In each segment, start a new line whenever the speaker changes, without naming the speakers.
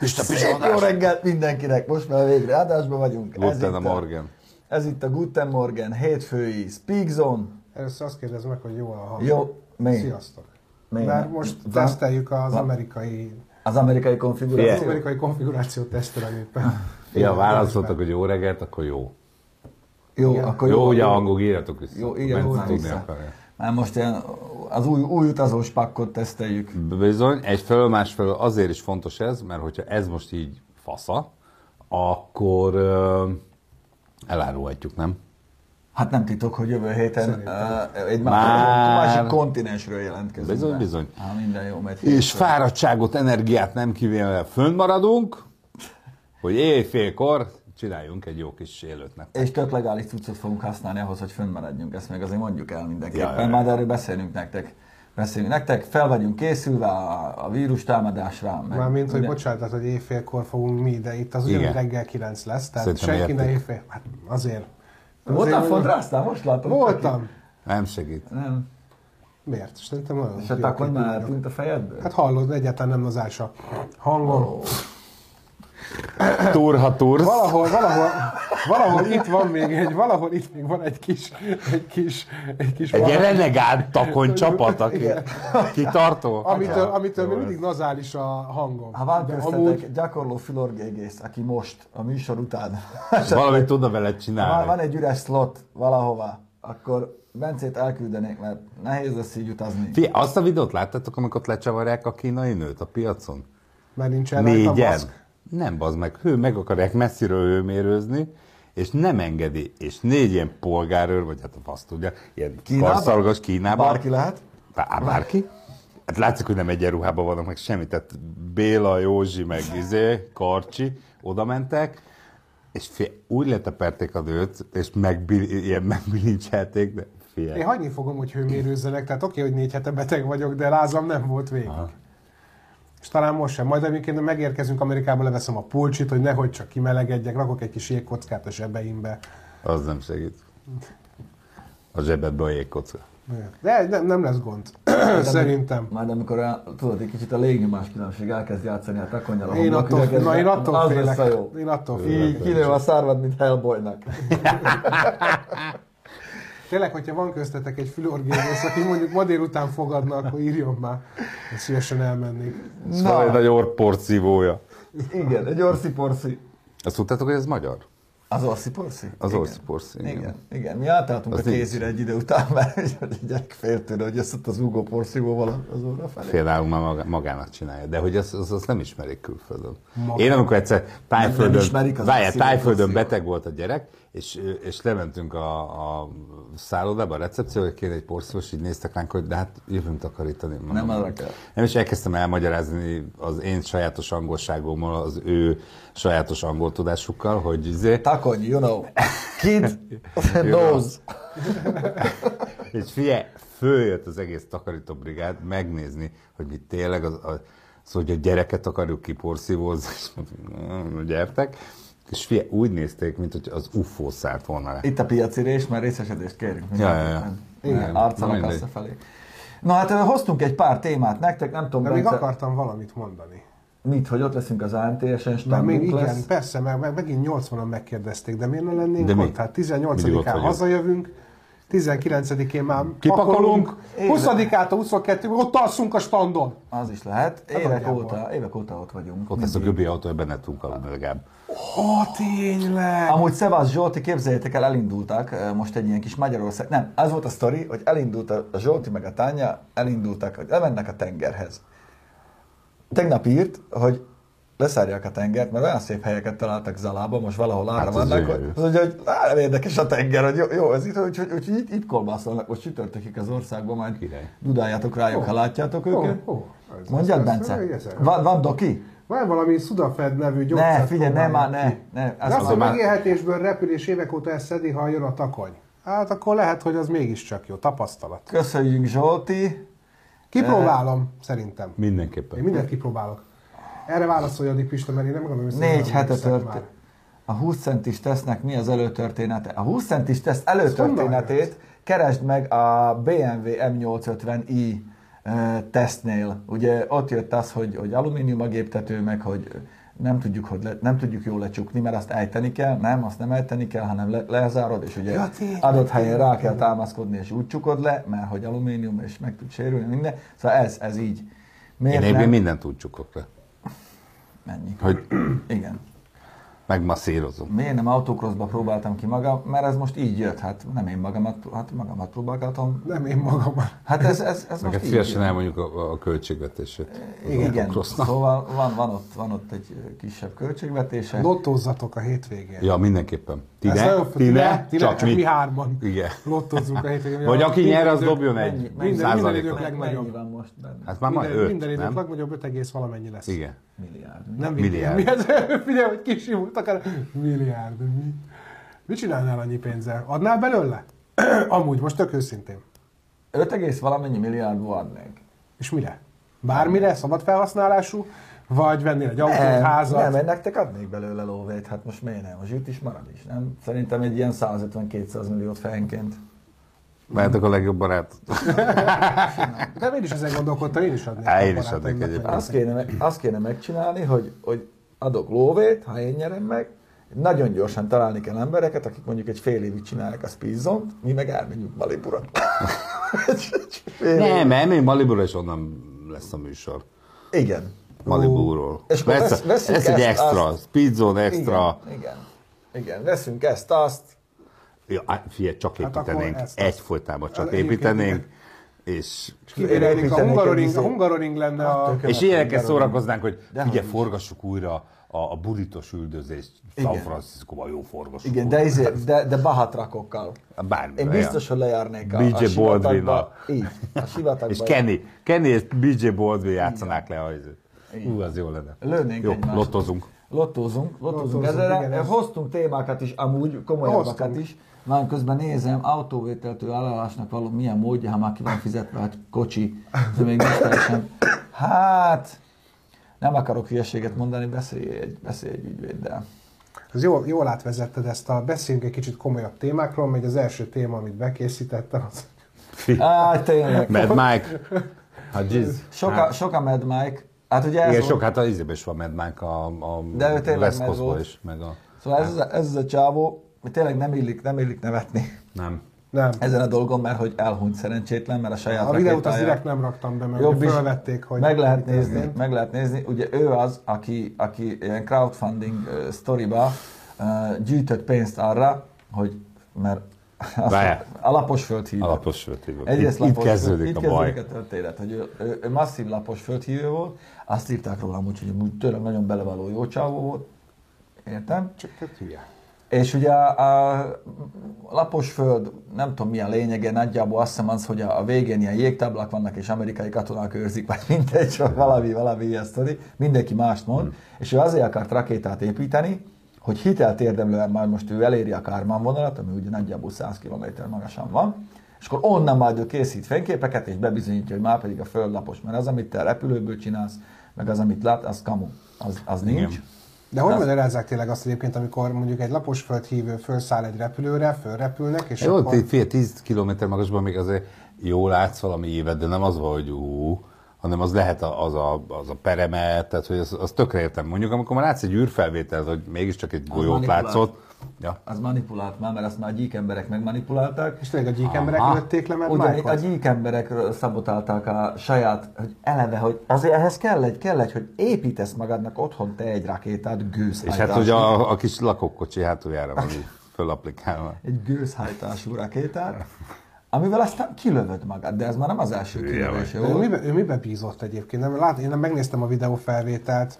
Pista
Szép jó reggelt mindenkinek, most már végre adásban vagyunk.
Guten
itt
Morgen.
A, ez itt a Guten Morgen hétfői Speak Zone.
Először azt kérdezem meg, hogy jó a hang.
Jó, mi?
Sziasztok.
Mi?
Mert most
Va-
teszteljük az amerikai,
Az amerikai
az
konfiguráció.
amerikai konfigurációt tesztelem éppen.
Ja, válaszoltak, hogy jó reggelt, akkor jó.
Jó, akkor
Jó,
jó.
jó ugye angol írjatok vissza.
Jó, igen,
Bence
jó,
tudni
vissza.
akarja.
Már most ilyen, az új, új utazós pakkot teszteljük.
Bizony, egyfelől, másfelől azért is fontos ez, mert hogyha ez most így fasza, akkor ö, elárulhatjuk, nem?
Hát nem titok, hogy jövő héten uh, egy
Már-
másik, másik kontinensről jelentkezünk.
Bizony,
be.
bizony.
Hát minden jó, mert
És fáradtságot, energiát nem kivéve fönn maradunk, hogy éjfélkor csináljunk egy jó kis élőt nektek.
és tök legális cuccot fogunk használni ahhoz, hogy fönnmaradjunk. Ezt még azért mondjuk el mindenképpen,
Ja,
ja,
ja, ja.
már erről beszélünk nektek. Beszélünk nektek, fel vagyunk készülve a, a vírus támadásra. meg-
Mármint, hogy
ugye-
bocsánat, tehát, hogy éjfélkor fogunk mi, de itt az ugyanúgy
Igen.
reggel 9 lesz, tehát
Szerintem
senki ne
értik.
éjfél. Hát azért.
Voltál
Azért-
fodrásznál? Most látom.
Voltam.
Nem segít.
Nem.
Miért? Szerintem olyan.
És a
jó
takony
képű
már
vagyok.
eltűnt a fejedből?
Hát hallod, egyáltalán nem az ása hangom.
Turha tursz.
Valahol, valahol, valahol itt van még egy, valahol itt még van egy kis, egy kis, egy kis
Egy
valami,
ilyen renegád takony csapat, aki kitartó.
amitől, amitől
Jó,
még
ez.
mindig nazális a hangom.
Ha van
De
köztetek
amúgy
gyakorló filorgégész, aki most, a műsor után,
Valamit tudna vele
ha
csinálni.
van egy üres slot valahova, akkor Bencét elküldenék, mert nehéz lesz így utazni.
Ti azt a videót láttatok, amikor ott lecsavarják a kínai nőt a piacon?
már nincsen rajta
Négyen.
maszk.
Nem, bazd meg. Hő, meg akarják messziről őmérőzni, és nem engedi. És négy ilyen polgárőr, vagy hát a fasz tudja, ilyen
Kínában?
karszalgas Kínában.
Bárki lehet?
Bár, bárki. Hát látszik, hogy nem egyenruhában vannak, meg semmi. Tehát Béla, Józsi, meg Izé, Karcsi oda mentek, és fél, úgy leteperték a nőt, és megbil, ilyen megbilincselték, de fél.
Én hagyni fogom, hogy hőmérőzzenek, tehát oké, hogy négy hete beteg vagyok, de lázam nem volt végig. És talán most sem. Majd amikor megérkezünk Amerikába, leveszem a pulcsit, hogy nehogy csak kimelegedjek, rakok egy kis jégkockát a zsebeimbe.
Az nem segít. A zsebedbe a jégkocka.
De nem, nem lesz gond. Szerintem.
Majd amikor a, tudod, egy kicsit a légnyomás különbség elkezd játszani a takonyal, a
Én
homlok
attól,
üregedve,
na, én attól
az
félek.
lesz a jó.
Én attól félek.
Így kinő a szárvad, mint Hellboynak.
Tényleg, hogyha van köztetek egy fülorgénész, aki mondjuk ma délután fogadna, akkor írjon már. Én szívesen elmennék.
Ez Na. egy nagy orporszívója.
Igen, egy orszi-porszi.
Azt tudtátok, hogy ez magyar?
Az orszi-porszi?
Az
Igen.
orszi-porszi, igen.
Igen, igen. Mi átálltunk
Az
a kézire egy idő után, mert így, hogy a gyerek fél tőle, hogy ezt ott az ugó porszívóval az óra felé.
Például már maga- magának csinálja, de hogy azt, azt, azt nem ismerik külföldön. Én amikor egyszer tájföldön,
Nem ismerik, az
várjál,
masszív,
tájföldön
masszív.
beteg volt a gyerek, és, és lementünk a, a szállodába, a recepcióra, kéne egy porszívós, így néztek ránk, hogy de hát jövünk takarítani. Mondom,
Nem arra kell.
Nem, és elkezdtem elmagyarázni az én sajátos angolságommal, az ő sajátos angol tudásukkal, hogy izé,
Takony, you know. Kid knows.
És figyelj, följött az egész takarítóbrigád megnézni, hogy mi tényleg az, az, az hogy a gyereket akarjuk kiporszívózni, és mondtuk, gyertek. És figyelj, úgy nézték, mint hogy az UFO szárt volna le.
Itt a piacirés, mert részesedést kérünk.
Ja, ja, ja.
mindenképpen.
Igen. Na,
Arcalak
mindegy.
visszafelé. Na hát ö, hoztunk egy pár témát nektek, nem tudom,
De még
Bence-
akartam valamit mondani.
Mit, hogy ott leszünk az ANTS-en,
Mert még
standunk
igen,
lesz?
persze, mert meg, megint 80-an megkérdezték, de miért ne lennénk
De
de
mi?
ott? Hát
Mindig ott
18-án
vagyunk.
hazajövünk, 19-én már
Kipakolunk.
pakolunk, 20-ától 22 ott alszunk a standon.
Az is lehet. Évek
Hát nagyjából.
óta, évek óta ott vagyunk.
Ott lesz a göbi autó, ebben ne tudunk aludni legalább.
Ó, tényleg!
Amúgy Szevasz Zsolti, képzeljétek el, elindultak eh, most egy ilyen kis Magyarország... Nem, az volt a sztori, hogy elindult a a Zsolti meg a Tánya, elindultak, hogy elmennek a tengerhez. Tegnap írt, hogy leszárják a tengert, mert olyan szép helyeket találtak Zalába, most valahol arra
Hát
hát
ez
vannak,
gyönyörű.
hogy, az, hogy, hogy á, nem érdekes a tenger, hogy jó, jó ez itt, úgyhogy úgy, itt, itt kolbászolnak, most csütörtökig az országban, majd
Király.
dudáljátok rájuk, ha látjátok őket.
ó, ez-
Mondjad,
ez- ez-
Bence?
ez- ez-
Van, van doki?
Van valami Sudafed nevű gyógyszert
Ne, figyelj, ne,
próbálják
már ne, ne.
De azt a
már-
megélhetésből repülés évek óta ezt szedi, ha jön a takony. Hát akkor lehet, hogy az mégiscsak jó tapasztalat.
Köszönjük Zsolti.
Kipróbálom, szerintem. Én
Mindenképpen.
mindent kipróbálok. Erre válaszolja addig Pista, mert én nem gondolom, hogy
Négy
szerintem
hete
emlékszek
történt.
már.
A 20 centis tesznek mi az előtörténete? A 20 centis teszt
honnan
előtörténetét
jött?
keresd meg a BMW M850i ö, tesztnél. Ugye ott jött az, hogy, hogy alumínium a géptető, meg hogy nem tudjuk, hogy le, nem tudjuk jól lecsukni, mert azt ejteni kell, nem, azt nem ejteni kell, hanem le, lezárod, és ugye
Ja, tényleg,
adott helyen rá kell támaszkodni, és úgy csukod le, mert hogy alumínium, és meg tud sérülni, minden. Szóval ez, ez így.
Én
Miért
egyébként
nem?
mindent úgy csukok le,
Mennyi?
hogy
Igen.
megmasszírozom.
Miért nem autocrossba próbáltam ki magam? Mert ez most így jött, hát nem én magamat, hát magamat próbálgatom.
Nem én magam.
Hát ez, ez, ez
Neked
most így
szívesen
jött.
elmondjuk a, a költségvetését. Az
Igen,
autocrossnak.
szóval van, van, ott, van ott egy ö, kisebb költségvetése.
Lottózzatok a hétvégén.
Ja, mindenképpen. Ti
Ez
ne,
nagyon-
ti ne,
ti ne,
csak mi.
hárman.
Igen.
Lottozzunk a hétvégén.
Vagy aki
Minden
nyer, az
idők-
dobjon
Mennyi-
egy
mennyi-
százalékot.
mennyi- legnagyobb.
Mennyi van most benne?
Hát már majd
Minden, minden
öt,
idők
nem?
legnagyobb 5 egész valamennyi lesz.
Igen.
Milliárd.
Nem
Milliárd.
milliárd. Mi az? Figyelj, hogy kisimult akár. Milliárd. Mi? Mit csinálnál annyi pénzzel? Adnál belőle? Amúgy, most tök őszintén.
5 egész valamennyi milliárdból adnék.
És mire? Bármire? Szabad felhasználású? Vagy vennél egy autót, házat?
nem, mert nektek adnék belőle lóvét, hát most miért nem? Most jut is marad is, nem? Szerintem egy ilyen 150-200 milliót fejenként.
Várjátok a legjobb barát.
Nem, én is ezen gondolkodtam, én is adnék.
Á,
a
én is
barátaimnak,
adnék
vagy
egyébként.
Azt kéne, meg- azt kéne megcsinálni, hogy, hogy adok lóvét, ha én nyerem meg, nagyon gyorsan találni kell embereket, akik mondjuk egy fél évig csinálják a speedzont, mi meg elmegyünk Malibura.
Nem, nem, én Malibúra is onnan lesz a műsor.
Igen.
Malibúról.
És akkor
lesz,
vesz- veszünk
lesz egy
ezt,
extra,
azt.
speedzone extra.
Igen, igen. Igen, veszünk ezt, azt,
Ja, á, figyelj, csak
Hát akkor
építenénk.
ezt-
Egyfolytában csak
Egyébként
építenénk. És,
Kibérelik a
Építenék
hungaroring,
egy
a
izé-
hungaroring lenne a...
tök jó.
és
Következő
ilyenekkel
darabig.
szórakoznánk, hogy figyelj,
Dehogy is.
forgassuk újra a, a buritos üldözést. San
Igen.
Francisco-ban jó forgassuk.
igen, de,
újra.
izé, de, de bahatrakokkal.
Bármivel,
Én biztos, hogy lejárnék a,
B.J.
a sivatagba.
Baldwin-nal.
Így, a sivatagba.
És Kenny, Kenny és BJ Baldwin játszanák le a izét. Ú, az jó lenne.
Lőnénk
Jó,
egymást.
lottozunk.
Lottózunk, lottózunk
Lottózunk, igen,
ezzel.
ez-
Hoztunk témákat is, amúgy komolyabbakat
Hoztunk.
is. Már közben nézem, autóvételtől elállásnak való milyen módja, ha már ki van fizetve, hát kocsi, de még nincs teljesen. Hát, nem akarok hülyeséget mondani, beszélj egy, beszélj egy ügyvéddel.
Ez jól, jól átvezetted ezt a... Beszéljünk egy kicsit komolyabb témákról, mert az első téma, amit bekészítettem, az...
Á, tényleg.
Mad Mike. Hát jizz.
Soka, soka Mad Mike. Hát ugye ez
Igen,
volt-
sok, hát az izébe is van Mad Mike a, a
De ő tényleg
West
Mad
Coastba
volt.
is, meg a...
Szóval ez, ez, ez a csávó, hogy tényleg nem illik, nem illik nevetni
Nem.
Nem.
ezen a dolgon, mert hogy elhunyt szerencsétlen, mert a saját
A videót azt
rakétája-
direkt nem raktam be, mert
Jobb
ugye
is,
fölvették, hogy...
meg lehet nézni, meg lehet nézni. Ugye ő az, aki, aki ilyen crowdfunding uh, sztoriba uh, gyűjtött pénzt arra, hogy mert azt-
Várjál.
alapos földhívő.
Alapos sötét.
Egyrészt
Itt, itt
lapos,
kezdődik
itt
a
kezdődik
baj.
a történet, hogy ő, ő, ő masszív lapos földhívő volt, azt írták róla amúgy, hogy amúgy tényleg nagyon belevaló jó csávó volt, értem?
Csak tök hülye.
És ugye a, a Laposföld, nem tudom mi a lényege, nagyjából azt hiszem az, hogy a, a végén ilyen jégtáblák vannak, és amerikai katonák őrzik, vagy mindegy, vagy valami, valami ilyen sztori, mindenki mást mond, és ő azért akart rakétát építeni, hogy hitelt érdemlően már most ő eléri a Kármán vonalat, ami ugye nagyjából 100 km magasan van, és akkor onnan majd ő készít fényképeket, és bebizonyítja, hogy már pedig a föld lapos, mert az, amit te repülőből csinálsz, meg az, amit lát, az kamu, az, az nincs.
Igen.
De hogy magyarázzák tényleg azt egyébként, amikor mondjuk egy lapos földhívő felszáll egy repülőre, fölrepülnek, és
Jó,
akkor...
akkor... fél tíz kilométer magasban még azért jól látsz valami évet, de nem az van, hogy ú, hanem az lehet a- az a, az a peremet, tehát hogy az, az tökre értem. Mondjuk amikor már látsz egy űrfelvételt, hogy mégiscsak egy golyót
manipulált.
látszott, ja,
Az manipulált már, mert azt már a gyík emberek megmanipulálták,
És tényleg a gyík emberek
Aha.
lőtték le, mert
Ugyanígy a
Mike-ot.
gyík emberekről szabotálták a saját, hogy eleve, hogy azért ehhez kell egy, kell egy, hogy építesz magadnak otthon te egy rakétát
és
gőzhajtású.
hát hogy a, a kis lakókocsi hátuljára van így fölapplikálva.
Egy gőzhajtású rakétát, amivel aztán kilövöd magad, de ez már nem az első kilövés,
Ő
jó?
mibe, ő mibe bízott egyébként? Nem, lát, én nem megnéztem a videó felvételt.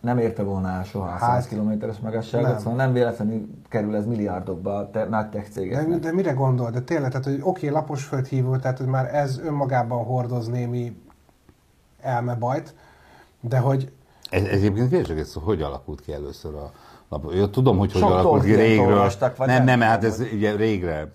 Nem érte volna el soha a
Hát,
100 kilométeres magasságot,
nem.
szóval nem véletlenül kerül ez milliárdokba a te, nagy tech
De,
cégeknek.
de mire gondol? De tényleg, tehát, hogy oké, lapos földhívó, tehát, hogy már ez önmagában hordoz némi elmebajt, de hogy
Ez, egyébként kérdések, ez hogy alakult ki először a lap? Jó, tudom, hogy hogy
Sok
alakult ki
Tolkient
régről.
olvastak, vagy
Nem,
nem
nem,
tudom,
hát ez ugye régre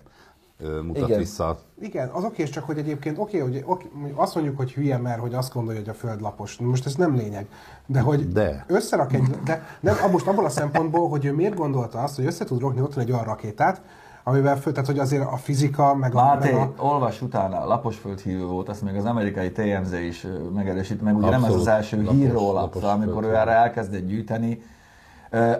ö, mutat
Igen.
vissza.
igen, az oké, csak hogy egyébként oké, hogy oké, mondjuk azt mondjuk, hogy hülye, mert hogy azt gondolja, hogy a föld lapos. Most ez nem lényeg. De hogy
De.
összerak egy, de nem, ab- most abból a szempontból, hogy ő miért gondolta azt, hogy össze tud rokni otthon egy olyan rakétát, amivel fő, tehát hogy azért a fizika, meg a...
Máté,
meg a
olvas utána, laposföld hívő volt, azt még az amerikai TMZ is ö, megerősít, meg ugye nem ez
Abszolút.
az első
Lapos-
hír róla, szóval
Laposföld
amikor ő
hívő.
erre elkezdett gyűjteni. Ö,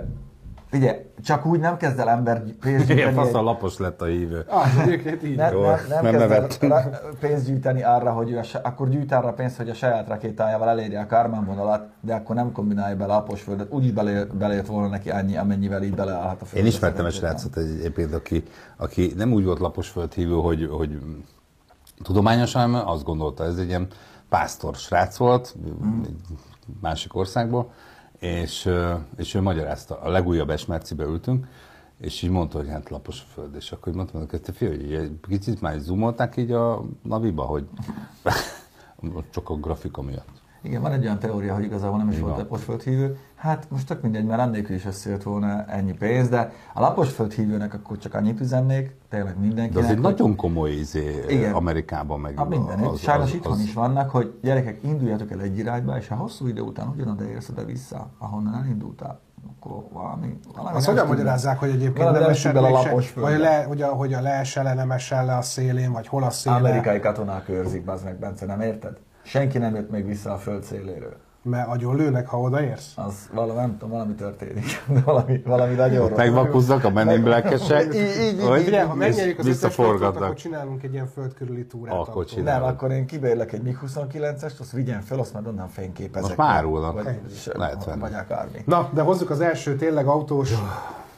Ugye, csak úgy nem kezd el ember gy- pénzt
Igen,
gyűjteni.
fasz a
egy-
lapos lett a hívő.
Ah, egyébként így.
nem,
Jó,
nem, nem,
nem
kezd el
nevettünk.
rá- pénzt gyűjteni arra, hogy ő a, sa- akkor gyűjt arra pénzt, hogy a saját rakétájával elérje a Kármán vonalat, de akkor nem kombinálja bele a posföldet. Úgyis bele, belejött volna neki annyi, amennyivel így beleállhat a
Én
földbe.
ismertem egy
szerintem.
srácot egyébként, aki, aki nem úgy volt lapos földhívő, hogy, hogy tudományosan, hanem azt gondolta, ez egy ilyen pásztor srác volt,
Hmm.
egy másik országból, és, ö, és ő magyarázta, a legújabb esmercibe ültünk, és így mondta, hogy hát lapos a föld, és akkor mondtam neki, hogy te fiú, hogy egy kicsit már zoomolták így a naviba, hogy csak a grafika miatt.
Igen, van egy olyan teória, hogy igazából nem is volt laposföldhívő. Hát most tök mindegy, mert annélkül is összejött volna ennyi pénz, de a laposföldhívőnek akkor csak annyit üzennék, tényleg
De
mindenkinek.
az egy
hogy-
nagyon komoly izé
Igen.
Igen. Amerikában meg.
Na mindenütt.
az-
Sajnos
az-
itthon
az-
is vannak, hogy gyerekek, induljatok el egy irányba, és ha hosszú idő után ugyanoda érsz oda vissza, ahonnan elindultál, akkor valami... valami
Azt
nem
hogyan
stimmel.
magyarázzák, hogy egyébként
Valami
nem
nem
esett
stimmel a
még se,
lapos földre.
vagy le, hogy, a, hogy a leesel le, nem esel le a szélén, vagy hol a széle.
Amerikai katonák őrzik, bazd meg, Bence, nem érted? Senki nem jött még vissza a föld széléről.
Mert agyon lőnek, ha odaérsz.
Az valami, nem tudom, valami történik. valami, valami nagyon rossz.
Megvakuzzak a Men in
Így,
Black-esek.
így, így,
hogy
így,
Ugye, ha megnyerjük az összes fordulatot, akkor
Visszaforgatnak.
csinálunk egy ilyen földkörüli túrát.
Akkor
autóval.
csináljuk.
Nem, akkor én kibérlek egy MiG-29-est, azt vigyen fel, azt majd onnan fényképezek.
Most már árulnak.
Vagy,
Lehet venni.
vagy akármi.
Na, de hozzuk az első tényleg autós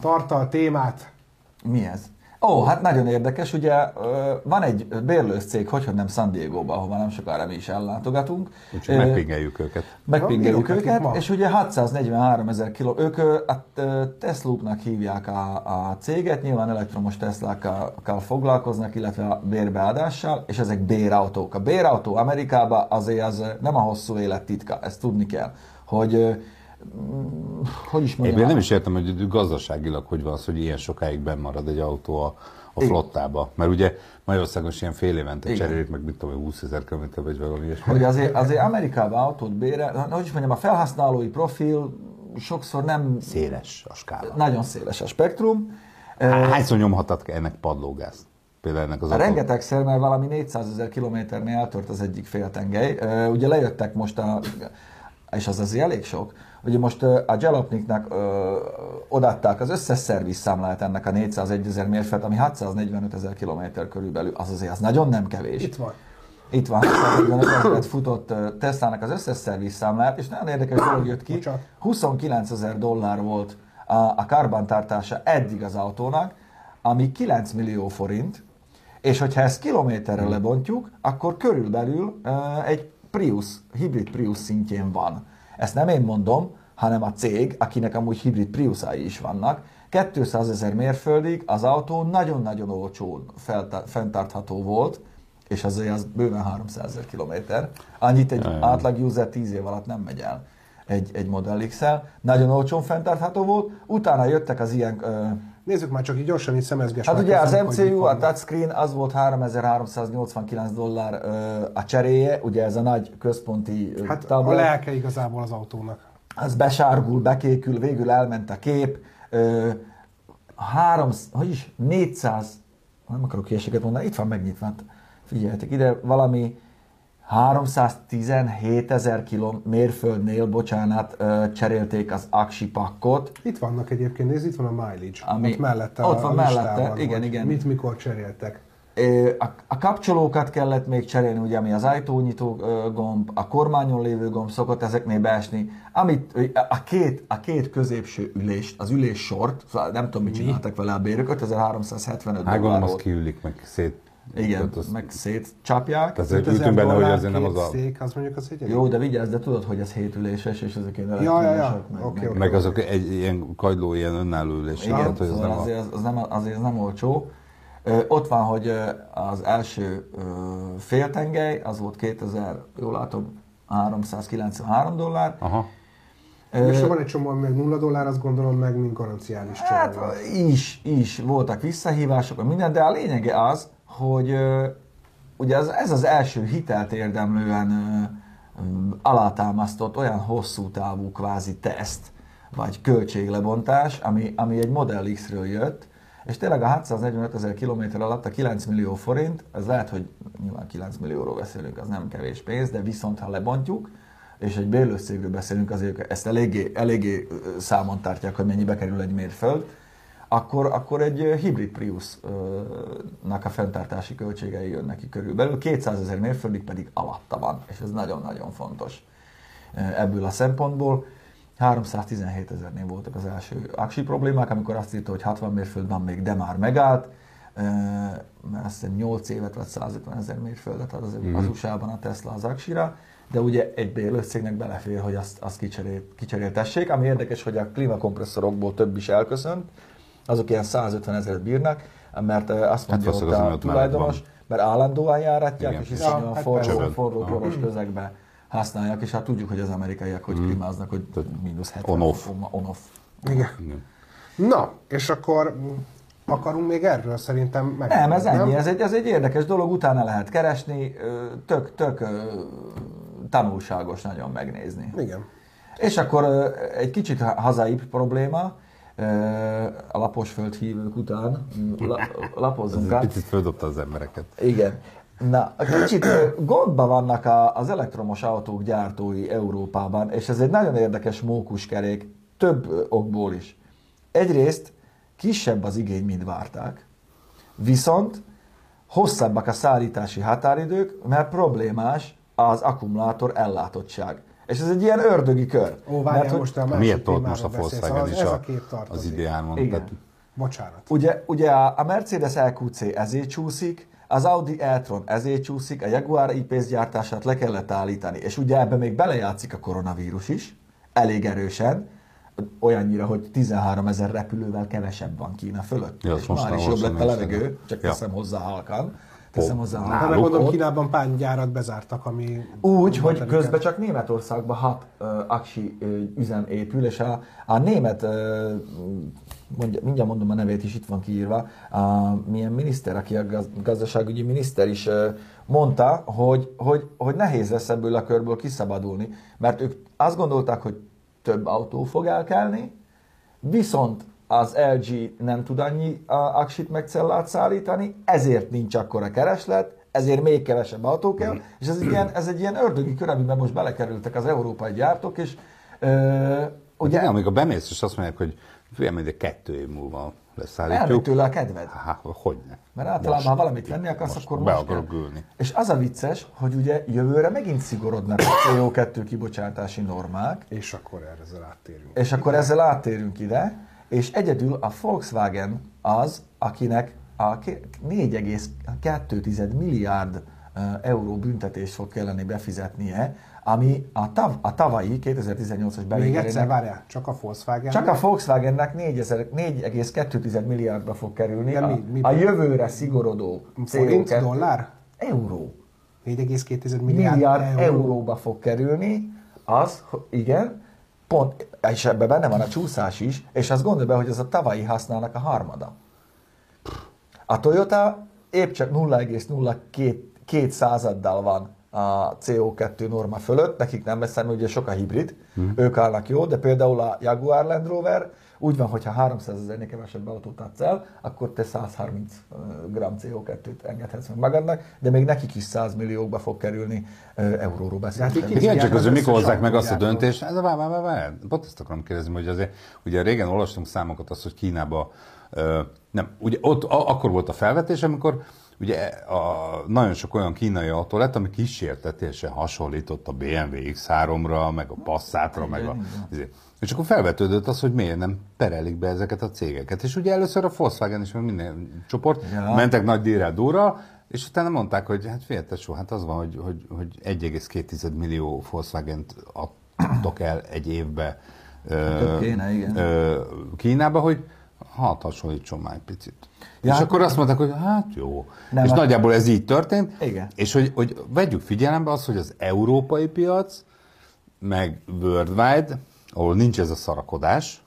tartal témát.
Mi ez? Ó, hát nagyon érdekes, ugye ö, van egy bérlős cég, hogyha nem San Diego-ban, ahova nem sokára mi is ellátogatunk.
Úgyhogy
Ö,
megpingeljük őket.
Megpingeljük
Írjuk nekik
őket,
ma.
és ugye 643 ezer kiló, ők ö, a ö, Tesla-nak hívják a, a céget, nyilván elektromos Teslákkal foglalkoznak, illetve a bérbeadással, és ezek bérautók. A bérautó Amerikában azért az ö, nem a hosszú élet titka, ezt tudni kell, hogy ö, mm, hogy is
Én
mondjam,
még nem is értem, hogy gazdaságilag hogy van az, hogy ilyen sokáig benn marad egy autó a, a flottába. Mert ugye Magyarországon is ilyen fél évente
Igen.
cserélik, meg mit tudom, én, 20 ezer kilométer vagy valami ilyesmi.
hogy azért, azért Amerikában autót bérel, na, hogy is mondjam, a felhasználói profil sokszor nem
Széles a skála.
nagyon széles a spektrum,
Há- Hányszor nyomhatat ennek padlógázt? Például ennek az
Hát
autó-
Rengetegszer, mert valami 400 ezer kilométernél eltört az egyik féltengely. Ö, Ugye lejöttek most a, és az azért elég sok, ugye most ö, a Jalopniknak ö, odaadták az összes szervizszámlát ennek a 401 ezer mérföld, ami 645 ezer kilométer körülbelül, az azért az nagyon nem kevés.
Itt van.
Itt van, szóval, 645 ezeret futott ö, Teslának az összes szervizszámlát, és nagyon érdekes dolog jött ki,
Bocsánat.
29 ezer dollár volt a, a karbantartása eddig az autónak, ami 9 millió forint, és hogyha ezt kilométerre lebontjuk, akkor körülbelül ö, egy Prius, hibrid Prius szintjén van. Ezt nem én mondom, hanem a cég, akinek amúgy hibrid Priusai is vannak, 200 ezer mérföldig az autó nagyon-nagyon olcsón felta- fenntartható volt, és azért az bőven 300 ezer kilométer. Annyit egy átlag user 10 év alatt nem megy el egy, egy Model x -el. Nagyon olcsón fenntartható volt, utána jöttek az ilyen... Ö,
Nézzük már csak így gyorsan, így szemezges.
hát
már,
ugye az
köszönjük, hogy itt
MCU, a
vannak.
touchscreen, az volt 3389 dollár ö, a cseréje, ugye ez a nagy központi ö,
Hát a
tablet.
lelke igazából az autónak.
az besárgul, bekékül, végül elment a kép. Ö, három, hogy is, 400, nem akarok hülyeséget mondani, itt van megnyitva, hát figyeljetek ide, valami 317 ezer kilom mérföldnél, bocsánat, ö, cserélték az aksi pakkot.
Itt vannak egyébként, nézd, itt van a mileage.
Ami-
ott mellette
ott
a,
van
a listában,
mellette, igen,
hogy
igen.
Mit, mikor cseréltek.
Ö, A, a kapcsolókat kellett még cserélni, ugye, ami az ajtónyitó ö, gomb, a kormányon lévő gomb szokott ezeknél beesni, amit ö, a két, a két középső ülést, az ülés sort, szóval nem tudom, mit csináltak vele a bérök, 5375
Hát
dollár
gondolom, az
volt.
kiülik, meg szét.
Igen,
Tehát az-
meg szétcsapják.
Azért
5000
ültünk benne, hogy
dollár,
azért nem
két
az a...
Szék, az mondjuk az egy
Jó, de vigyázz, de tudod, hogy ez hétüléses, és ezek ilyen
ja,
elektromosak,
ja. Oké, oké.
Meg azok egy ilyen kagyló, ilyen önálló ülés.
Igen,
Tehát, hogy az
szóval
nem a...
azért, az, az nem, azért az nem olcsó. Ö, ott van, hogy ö, az első ö, féltengely, az volt 2000, jól látom, 393 dollár.
Aha.
Ö,
És van egy csomó, ami meg nulla dollár, azt gondolom meg, mint garanciális
hát
cserélve.
is, is voltak visszahívások, meg minden, de a lényege az, hogy ö, ugye ez, ez az első hitelt érdemlően ö, ö, alátámasztott olyan hosszú távú kvázi teszt, vagy költséglebontás, ami, ami egy Model X-ről jött, És tényleg a 645 ezer kilométer alatt a 9 millió forint, ez lehet, hogy nyilván 9 millióról beszélünk, az nem kevés pénz, de viszont ha lebontjuk, és egy bérlőszégről beszélünk, azért ezt eléggé, eléggé számon tartják, hogy mennyibe kerül egy mérföld, akkor, akkor egy hibrid Prius-nak a fenntartási költségei jönnek ki körülbelül, 200 ezer mérföldig pedig alatta van, és ez nagyon-nagyon fontos eh, ebből a szempontból. 317 ezernél voltak az első aksi problémák, amikor azt írta, hogy 60 mérföld van még, de már megállt, mert azt hiszem 8 évet vagy 150 ezer mérföldet ad az,
Mhm.
mm. az USA-ban a Tesla az aksira, de ugye egy bérlőcégnek belefér, hogy azt, azt kicserél, kicseréltessék, ami érdekes, hogy a klímakompresszorokból több is elköszönt, azok ilyen 150 ezeret bírnak, mert azt mondja
Hát
hát
valószínűleg
ott a
ott már
tulajdonos,
van.
mert állandóan járatják,
Igen.
és iszonyúan
Ja, hát
forró,
persze.
forró
Aha.
poros közegbe használják, és hát tudjuk, hogy az amerikaiak hogy klímáznak, hogy mínusz 70
On-off.
fokon van, on-off.
Igen. Na, és akkor mm, akarunk még erről szerintem meg.
Nem, ez ennyi, ez egy, ez egy érdekes dolog, utána lehet keresni, ö, tök, tök ö, tanulságos nagyon megnézni.
Igen.
És akkor ö, egy kicsit ha- hazaibb probléma, ö, a lapos földhívők után mm, la, lapozzunk át.
Picit földobta az embereket.
Igen. Na, kicsit ö, gondban vannak a, az elektromos autók gyártói Európában, és ez egy nagyon érdekes mókuskerék, több ö, okból is. Egyrészt kisebb az igény, mint várták, viszont hosszabbak a szállítási határidők, mert problémás az akkumulátor ellátottság. És ez egy ilyen ördögi kör.
Ó, várjál,
mert, hogy-
most a másik
Miért tolt
témáról
most a
beszélsz.
Volkswagen
Az-
is
ez
a,
a kép
az
tartozik.
ideán
Igen.
Bocsánat.
Ugye, ugye a a Mercedes EQC ezért csúszik, az Audi e-tron ezért csúszik, a Jaguar ipace gyártását le kellett állítani, és ugye ebbe még belejátszik a koronavírus is, elég erősen, olyannyira, hogy 13 ezer repülővel kevesebb van Kína fölött.
Ja, azt
és már is
mostanában
jobb lett a
olvastam én is,
levegő,
igen.
csak
Ja.
teszem hozzá halkan. Teszem hozzá
Hát meg
halkan.
gondolom, Kínában pánygyárat bezártak, ami...
Úgy, hogy
Amerikában.
közben csak Németországban hat uh, aksi uh, üzem épül, és a, a német, uh, mondja, mindjárt mondom a nevét is, itt van kiírva, a, milyen miniszter, aki a gaz, gazdaságügyi miniszter is uh, mondta, hogy, hogy, hogy nehéz lesz ebből a körből kiszabadulni, mert ők azt gondolták, hogy több autó fog elkelni, viszont az LG nem tud annyi a aksit meg cellát szállítani, ezért nincs akkora kereslet, ezért még kevesebb autó kell,
Mhm.
és ez egy ilyen, ez egy ilyen ördögi kör, amiben most belekerültek az európai gyártók, és ö,
Ugye,
ugye
amikor bemész, és azt mondják, hogy figyelj, majd egy kettő év múlva
elmegy
leszállítjuk.
tőle a kedved.
Há, hogy ne?
Mert általában,
Most.
ha valamit venni akarsz,
Most
akkor
be
most
akarok
kell.
ülni.
És az a vicces, hogy ugye jövőre megint szigorodnak a CO2 kibocsátási normák,
És akkor erre áttérünk.
És akkor ezzel áttérünk ide, és egyedül a Volkswagen az, akinek a ké- 4,2 milliárd ö, euró büntetést fog kelleni befizetnie, ami a, tav- a tavalyi 2018-as
Még egyszer
bevételének
várjál, csak a Volkswagen.
csak a Volkswagennek 4000 4,2 milliárdba fog kerülni
De
a,
mi- mi-
a jövőre szigorodó
forint,
CO2
dollár?
Euró
4,2 milliárd,
milliárd
euró.
euróba fog kerülni, az, ho- igen, pont, és ebben benne van a csúszás is, és azt gondolj be, hogy ez a tavalyi használnak a harmada. A Toyota épp csak 0,02 századdal van a CO2 norma fölött, nekik nem lesz szemű, ugye sok a hibrid, hmm. ők állnak jó, de például a Jaguar Land Rover úgy van, hogyha 300 ezernél kevesebb autót adsz el, akkor te 130 g CO2-t engedhetsz meg magadnak, de még nekik is 100 milliókba fog kerülni ö, euróról
hát így
beszélni.
ki-
Igen, csak
Mindjárt
azért
az
mikor
összes
hozzák meg azt a
autógyártó.
döntést? Ez a vár, vár, vár, vár. Pont ezt akarom kérdezni, hogy azért, ugye régen olvastunk számokat azt, hogy Kínába, ö, nem, ugye ott a, akkor volt a felvetés, amikor ugye a, nagyon sok olyan kínai autó lett, ami kísértetésen hasonlított a BMW X3-ra, meg a Passatra, meg a... Azért. És akkor felvetődött az, hogy miért nem perelik be ezeket a cégeket. És ugye először a Volkswagen is, meg minden csoport
Ja.
ment mentek nagy díjra dúra, és utána mondták, hogy hát figyelj, tesó, hát az van, hogy, hogy, hogy 1,2 millió Volkswagen-t adtok el egy évbe ö,
Több kéne, igen.
ö, Kínába, hogy hát hasonlítson már egy picit.
Ja,
és
hát-
akkor azt mondták, hogy hát jó.
Nem,
és
hát-
nagyjából ez így történt.
Igen.
És hogy, hogy vegyük figyelembe azt, hogy az európai piac, meg worldwide, ahol nincs ez a szarakodás,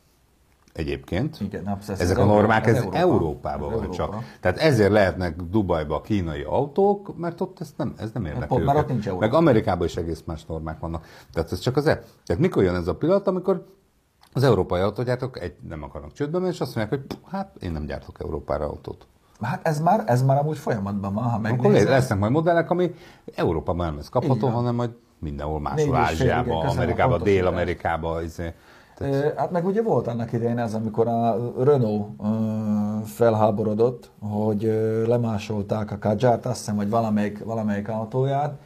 egyébként,
Igen, abszolút. Ez
ezek a
Európa-
normák,
ez
ez
Európa.
Európában van
Európa.
csak. Tehát ezért lehetnek Dubajba kínai autók, mert ott ezt nem, ez nem érdekli
Hát pont
őket.
már ott nincs euró.
Meg Amerikában is egész más normák vannak. Tehát ez csak az e. Tehát mikor jön ez a pillanat, amikor Az európai autógyártók egy, nem akarnak csődbe menni, és azt mondják, hogy "Puh, hát én nem gyártok Európára autót.
Hát ez már, ez már amúgy folyamatban van, ha
Akkor lé-
megnézed.
lesznek majd modellek, ami Európában nem lesz
Hát Így
kapható,
van.
hanem majd mindenhol
Négy
máshol,
és fél, igen,
Ázsiában,
köszönöm a
Amerikában,
pontosítást.
Dél-Amerikában. Izé.
Ö, Hát meg ugye volt annak idején ez, amikor a Renault ö, felháborodott, hogy ö, lemásolták a Kadzsát, azt hiszem, vagy valamelyik, valamelyik autóját,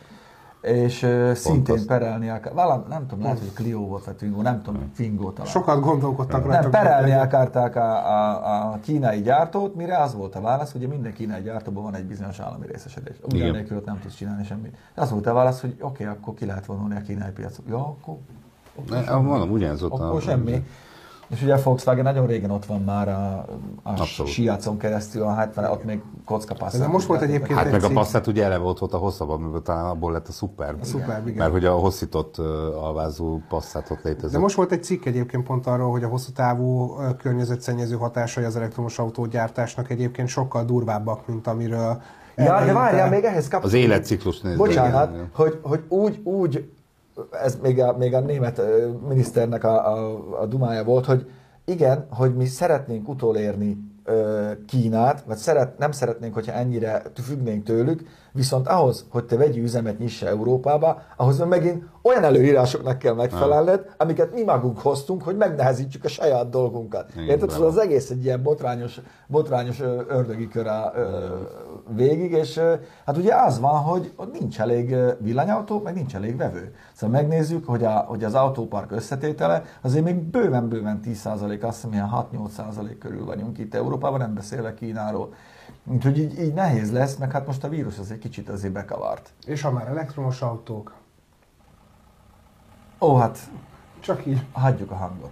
és ö, szintén
azt.
perelni akar, valam, nem tudom, lehet, hogy Clio volt, vagy Twingo, nem tudom, Twingo talán.
Sokat gondolkodtak
nem,
rajta.
perelni akarták a, a, a, kínai gyártót, mire az volt a válasz, ugye minden kínai gyártóban van egy bizonyos állami részesedés. Ugyan
Igen.
nélkül ott nem tudsz csinálni semmit. Az volt a válasz, hogy oké, okay, akkor ki lehet vonulni a kínai piacot. Ja, akkor
Ne, eh, Mondom, ugyanez ott. a-
akkor semmi. És ugye a Volkswagen nagyon régen ott van már a, a
Abszolút.
siácon keresztül, a 70 ott még kocka passzol.
Ez most volt egyébként
Hát meg a
Tetszik.
passzát ugye eleve ott volt a hosszabb, amiből talán abból lett a szuper. A
Superb, igen.
Mert hogy a hosszított ö, alvázú passzát ott létezett.
De most volt egy cikk egyébként pont arról, hogy a hosszú távú ö, környezetszennyező hatásai az elektromos autógyártásnak egyébként sokkal durvábbak, mint amiről...
Ja, de
eleinte-
várjál, még ehhez kapcsolatban.
Az életciklus nézve,
Bocsánat,
igen, igen.
hogy, hogy úgy, úgy, ez még a, még a német ö, miniszternek a, a, a dumája volt, hogy igen, hogy mi szeretnénk utolérni ö, Kínát, vagy szeret, nem szeretnénk, hogyha ennyire függnénk tőlük, viszont ahhoz, hogy te vegyi üzemet nyissa Európába, ahhoz meg megint olyan előírásoknak kell megfelelned, amiket mi magunk hoztunk, hogy megnehezítsük a saját dolgunkat.
Igen,
Érted?
bele
Szóval az az egész egy ilyen botrányos, botrányos ö, ördögi kör a, ö, végig, és ö, hát ugye az van, hogy ott nincs elég ö, villanyautó, meg nincs elég vevő. Szóval megnézzük, hogy, a, hogy az autópark összetétele azért még bőven-bőven 10%, azt hiszem ilyen 6-8% körül vagyunk itt Európában, nem beszélve Kínáról. Úgyhogy így, így nehéz lesz, meg hát most a vírus az egy kicsit azért bekavart.
És ha már elektromos autók,
Ó, hát
csak így.
hagyjuk a hangot.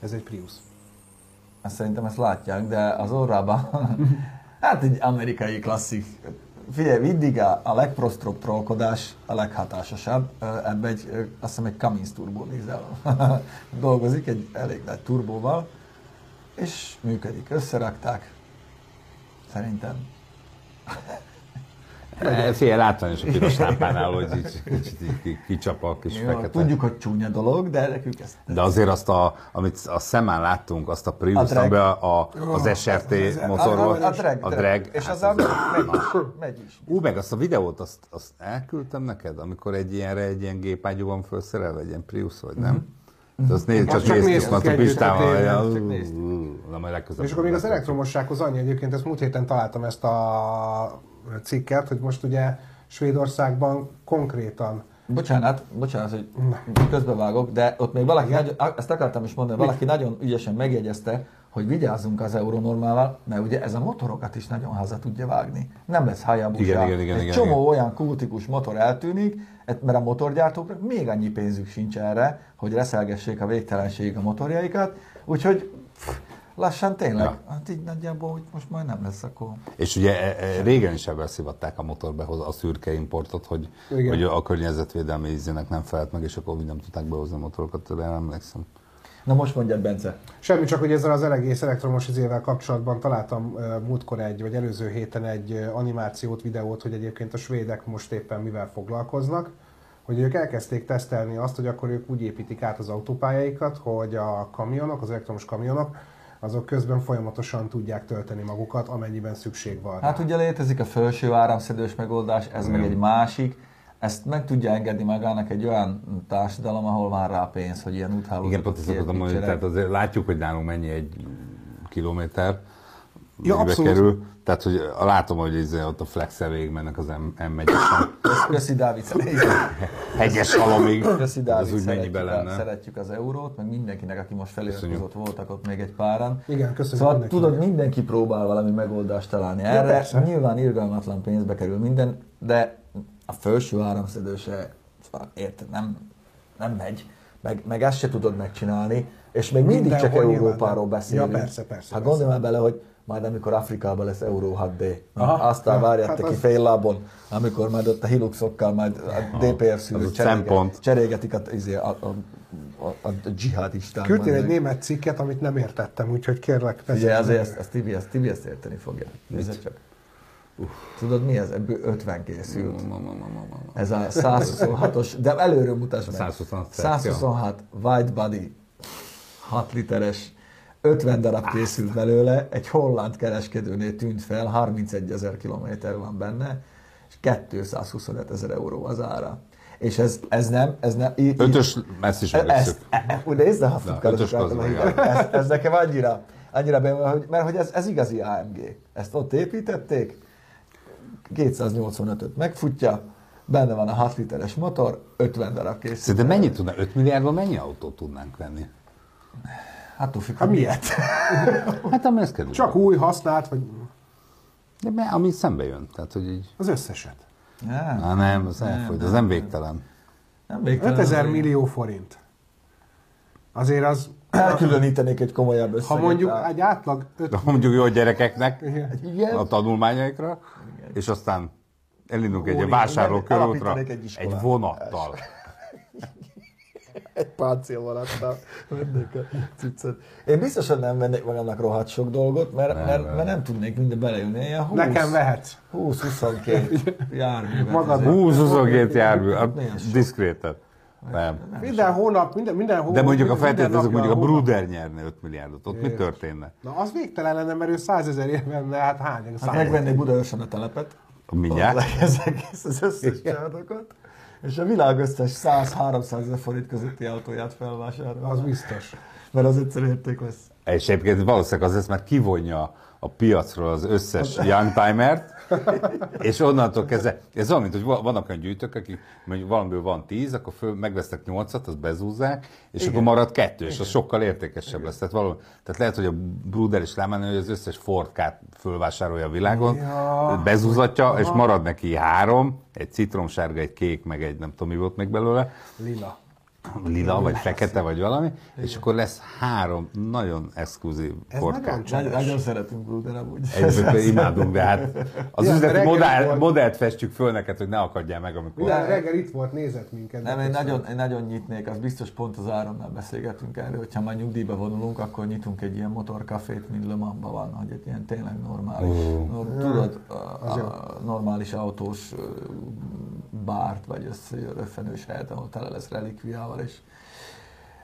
Ez egy Prius.
Azt szerintem ezt látják, de az orrában, hát egy amerikai klasszik. Figyelj, mindig a, a legprostobb trollkodás a leghatásosabb. Ö, Ebbe egy, ö, azt hiszem egy Cummins turbó dízel dolgozik, egy elég nagy turbóval, és működik. Összerakták. Szerintem.
E, Fél látványos a piros lámpánál, hogy így, kicsit így ki- kicsap a kis
Jó,
fekete.
tudjuk, hogy csúnya dolog, de nekünk ezt
De azért azt, a, amit a szemán láttunk, azt a
A
Prius,
drag.
amiben a, a, az SRT motor
a,
volt,
a, a, drag,
a drag,
És
hát
az a
az-
megy, megy is.
Ú, meg azt a videót, azt, azt elküldtem neked, amikor egy ilyenre, egy ilyen gépágyú van felszerelve, egy ilyen Prius, vagy nem? De azt nézd, csak
Mhm. csak
néztük,
néztük
mert a
együtt,
Pistával,
hát én-
ja,
csak néztük.
ú, na majd legközelebb.
És akkor még az
meglátom.
elektromossághoz annyi egyébként, ezt múlt héten találtam ezt a cikket, hogy most ugye Svédországban konkrétan
Bocsánat, bocsánat, hogy közbevágok, de ott még valaki, nagyon, á, ezt akartam is mondani, valaki nagyon ügyesen megjegyezte, hogy vigyázzunk az euronormával, mert ugye ez a motorokat is nagyon haza tudja vágni. Nem lesz hajabusa.
Igen, igen, igen,
Egy
igen,
csomó olyan kultikus motor eltűnik, et- mert a motorgyártóknak még annyi pénzük sincs erre, hogy reszelgessék a végtelenségig a motorjaikat, úgyhogy pff, lassan tényleg,
Ja.
hát így nagyjából, hogy most majd nem lesz akkor.
És ugye e, e, régen is ebben szivatták a motorbe hoz- a szürke importot, hogy,
Igen.
hogy a környezetvédelmi ízének nem felelt meg, és akkor úgy nem tudták behozni a motorokat, de nem emlékszem.
Na most mondjad, Bence.
Semmi, csak hogy ezzel az egész elektromos izével kapcsolatban találtam ö, múltkor egy, vagy előző héten egy ö, animációt, videót, hogy egyébként a svédek most éppen mivel foglalkoznak, hogy ők elkezdték tesztelni azt, hogy akkor ők úgy építik át az autópályáikat, hogy a kamionok, az elektromos kamionok, azok közben folyamatosan tudják tölteni magukat, amennyiben szükség van.
Hát ugye létezik a felső áramszedős megoldás, ez meg egy másik. Ezt meg tudja engedni magának egy olyan társadalom, ahol van rá pénz, hogy ilyen úthálózatot
Igen, pont ezt akartam mondani,
kiépítsenek.
tehát azért látjuk, hogy nálunk mennyi egy kilométer,
Ja,
mennyibe
abszolút.
kerül. Tehát, hogy látom, hogy izé ott a flex végig mennek az M, m
Köszi Dávid, szeretjük.
hegyes halomig.
Köszi Dávid,
Az úgy
szeretjük,
mennyibe
a,
lenne.
szeretjük az eurót, meg mindenkinek, aki most feliratkozott,
Köszönjük.
voltak ott még egy páran.
Igen, köszönjük
Szóval
mindenkinek.
tudod, mindenki próbál valami megoldást találni erre.
persze.
Nyilván irgalmatlan pénzbe kerül minden, de a felső áramszedőse, érted, nem, nem megy. Meg, meg ezt se tudod megcsinálni, és még mindig
Mindenhol
csak
nyilván
Európáról
nem.
beszélünk.
Ja, persze, persze,
Hát
persze.
gondolj már bele, hogy majd amikor Afrikában lesz Euró 6D, na,
Aha.
aztán
Ja,
várjátok
hát
ki
az-
fél lábon, amikor majd ott a Hiluxokkal, majd a DPR
az
szülők
egy szempont.
cserégetik a, izé, a, a, a, a dzsihadistán.
Küldtél egy német cikket, amit nem értettem, úgyhogy kérlek,
Ugye
vezess
azért
meg.
ezt, ezt, Tibi, ezt, Tibi ezt érteni fogja. Nézd csak. Tudod mi ez? Ebből 50 készült. Ez a 126-os, de előről mutasd meg.
126
126 wide body, 6 literes, 50 darab készült belőle, egy holland kereskedőnél tűnt fel, 31 ezer kilométer van benne, és 225 ezer euró az ára. És ez, ez nem, ez nem... í- í-
Ötös, ezt is
ezt,
megveszünk.
e- e- ugye nézd, ha
ötös
futkározok
az meg.
ez, ez nekem annyira, annyira bejön, hogy, mert hogy ez, ez igazi AMG. Ezt ott építették, 285-öt megfutja, benne van a 6 literes motor, 50 darab készül.
Szerintem mennyit tudnánk, 5 milliárdban mennyi autót tudnánk venni?
Hát túl függ, hogy miért?
Hát ami ez kerül.
Csak új, használt, vagy
De me, ami szembe jön. Tehát, hogy így...
az összeset.
Nem,
Á, nem, az elfogy, az nem végtelen.
nem végtelen.
5000 Hát millió forint. Azért az,
Elkülönítenék egy komolyabb összeget.
ha mondjuk
rá.
egy átlag 5
De ha mondjuk jó a gyerekeknek,
Igen.
a tanulmányaikra, és aztán elindulunk egy
Óriás.
vásárló körútra,
Alapítanék egy
egy,
iskolát.
vonattal.
egy páncélvonattal vennék a cuccot. Én biztosan nem vennék magamnak rohadt sok dolgot, mert, nem, mert,
nem.
mert nem tudnék minden belejönni. Ilyen 20,
nekem vehetsz.
20-22 járművet.
Magad
azért.
20 húzozogét jármű, a-
Milyen hát, sok.
diszkréten. Nem.
Minden hónap, minden, minden hónap.
De mondjuk a
minden
feltételezők,
napja
mondjuk a
hónap.
Bruder nyerne 5 milliárdot, ott mi történne?
Na az végtelen lenne, mert ő 100 ezer ér venne, hát hány?
Hát
100
megvennék Budaörsön a telepet,
Mindjárt?
az egész, egész az összes családokat, és a világ összes 100-300 ezer forint közötti autóját
Az
felvásárolnám,
biztos.
mert az egyszer érték lesz.
És egyébként valószínűleg az ezt már kivonja a piacról az összes youngtimert, és onnantól kezdve, ez olyan, mint hogy va- vannak olyan gyűjtők, akik mondjuk valamiből van tíz, akkor föl, megvesznek nyolcat, azt bezúzzák, és Igen. akkor marad kettő, és az sokkal értékesebb lesz. Tehát, valami, tehát lehet, hogy a Bruder is rámenne, hogy az összes Fordkát fölvásárolja a világon, ja.
Ja.
bezúzatja, és marad neki három, egy citromsárga, egy kék, meg egy nem tudom mi volt még belőle,
Lila.
lila, vagy fekete, vagy valami, és akkor lesz három nagyon exkluzív
Ez
Fordka.
nagyon
Nagy,
csendes.
nagyon szeretünk Bruder amúgy.
Egyébként imádunk, de hát az
Ja,
üzleti
reggel
modell,
volt.
modellt festjük föl neked, hogy ne akadjál meg, amikor...
Minden reggel itt volt, nézett minket.
Nem,
de
én
persze.
nagyon, én nagyon nyitnék, az biztos pont az áronnál beszélgetünk erről, hogyha már nyugdíjba vonulunk, akkor nyitunk egy ilyen motorkafét, mint Le Mansban van, hogy egy ilyen tényleg normális, nor, tudod, a, a, normális autós ö, bárt, vagy összeröffenős helyet, ahol tele lesz relikviával, és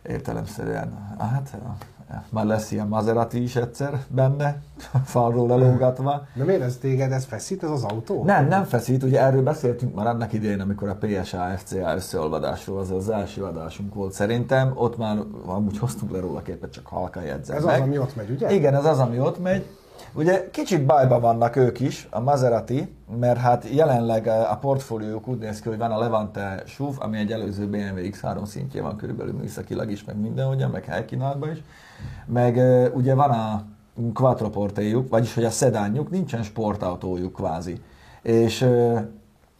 értelemszerűen, hát ö, már lesz ilyen Maserati is egyszer benne, falról elógatva,
Na miért ez téged, ez feszít ez az autó?
nem, nem feszít, ugye erről beszéltünk már annak idején, amikor a PSA FCA összeolvadásról, az az első adásunk volt szerintem, ott már amúgy hoztunk le róla képet, csak halkan jegyzem
Ez az,
meg.
ami ott megy, ugye?
Igen, ez az, ami ott megy. Ugye kicsit bajba vannak ők is, a Maserati, mert hát jelenleg eh, a portfóliók úgy néz ki, hogy van a Levante SUV, ami egy előző BMW X3 szintje van körülbelül műszakilag is, meg mindenhogyan, meg helykínálatban is. Meg eh, ugye van a quattroportéjuk, vagyis hogy a szedánjuk, nincsen sportautójuk kvázi. És eh,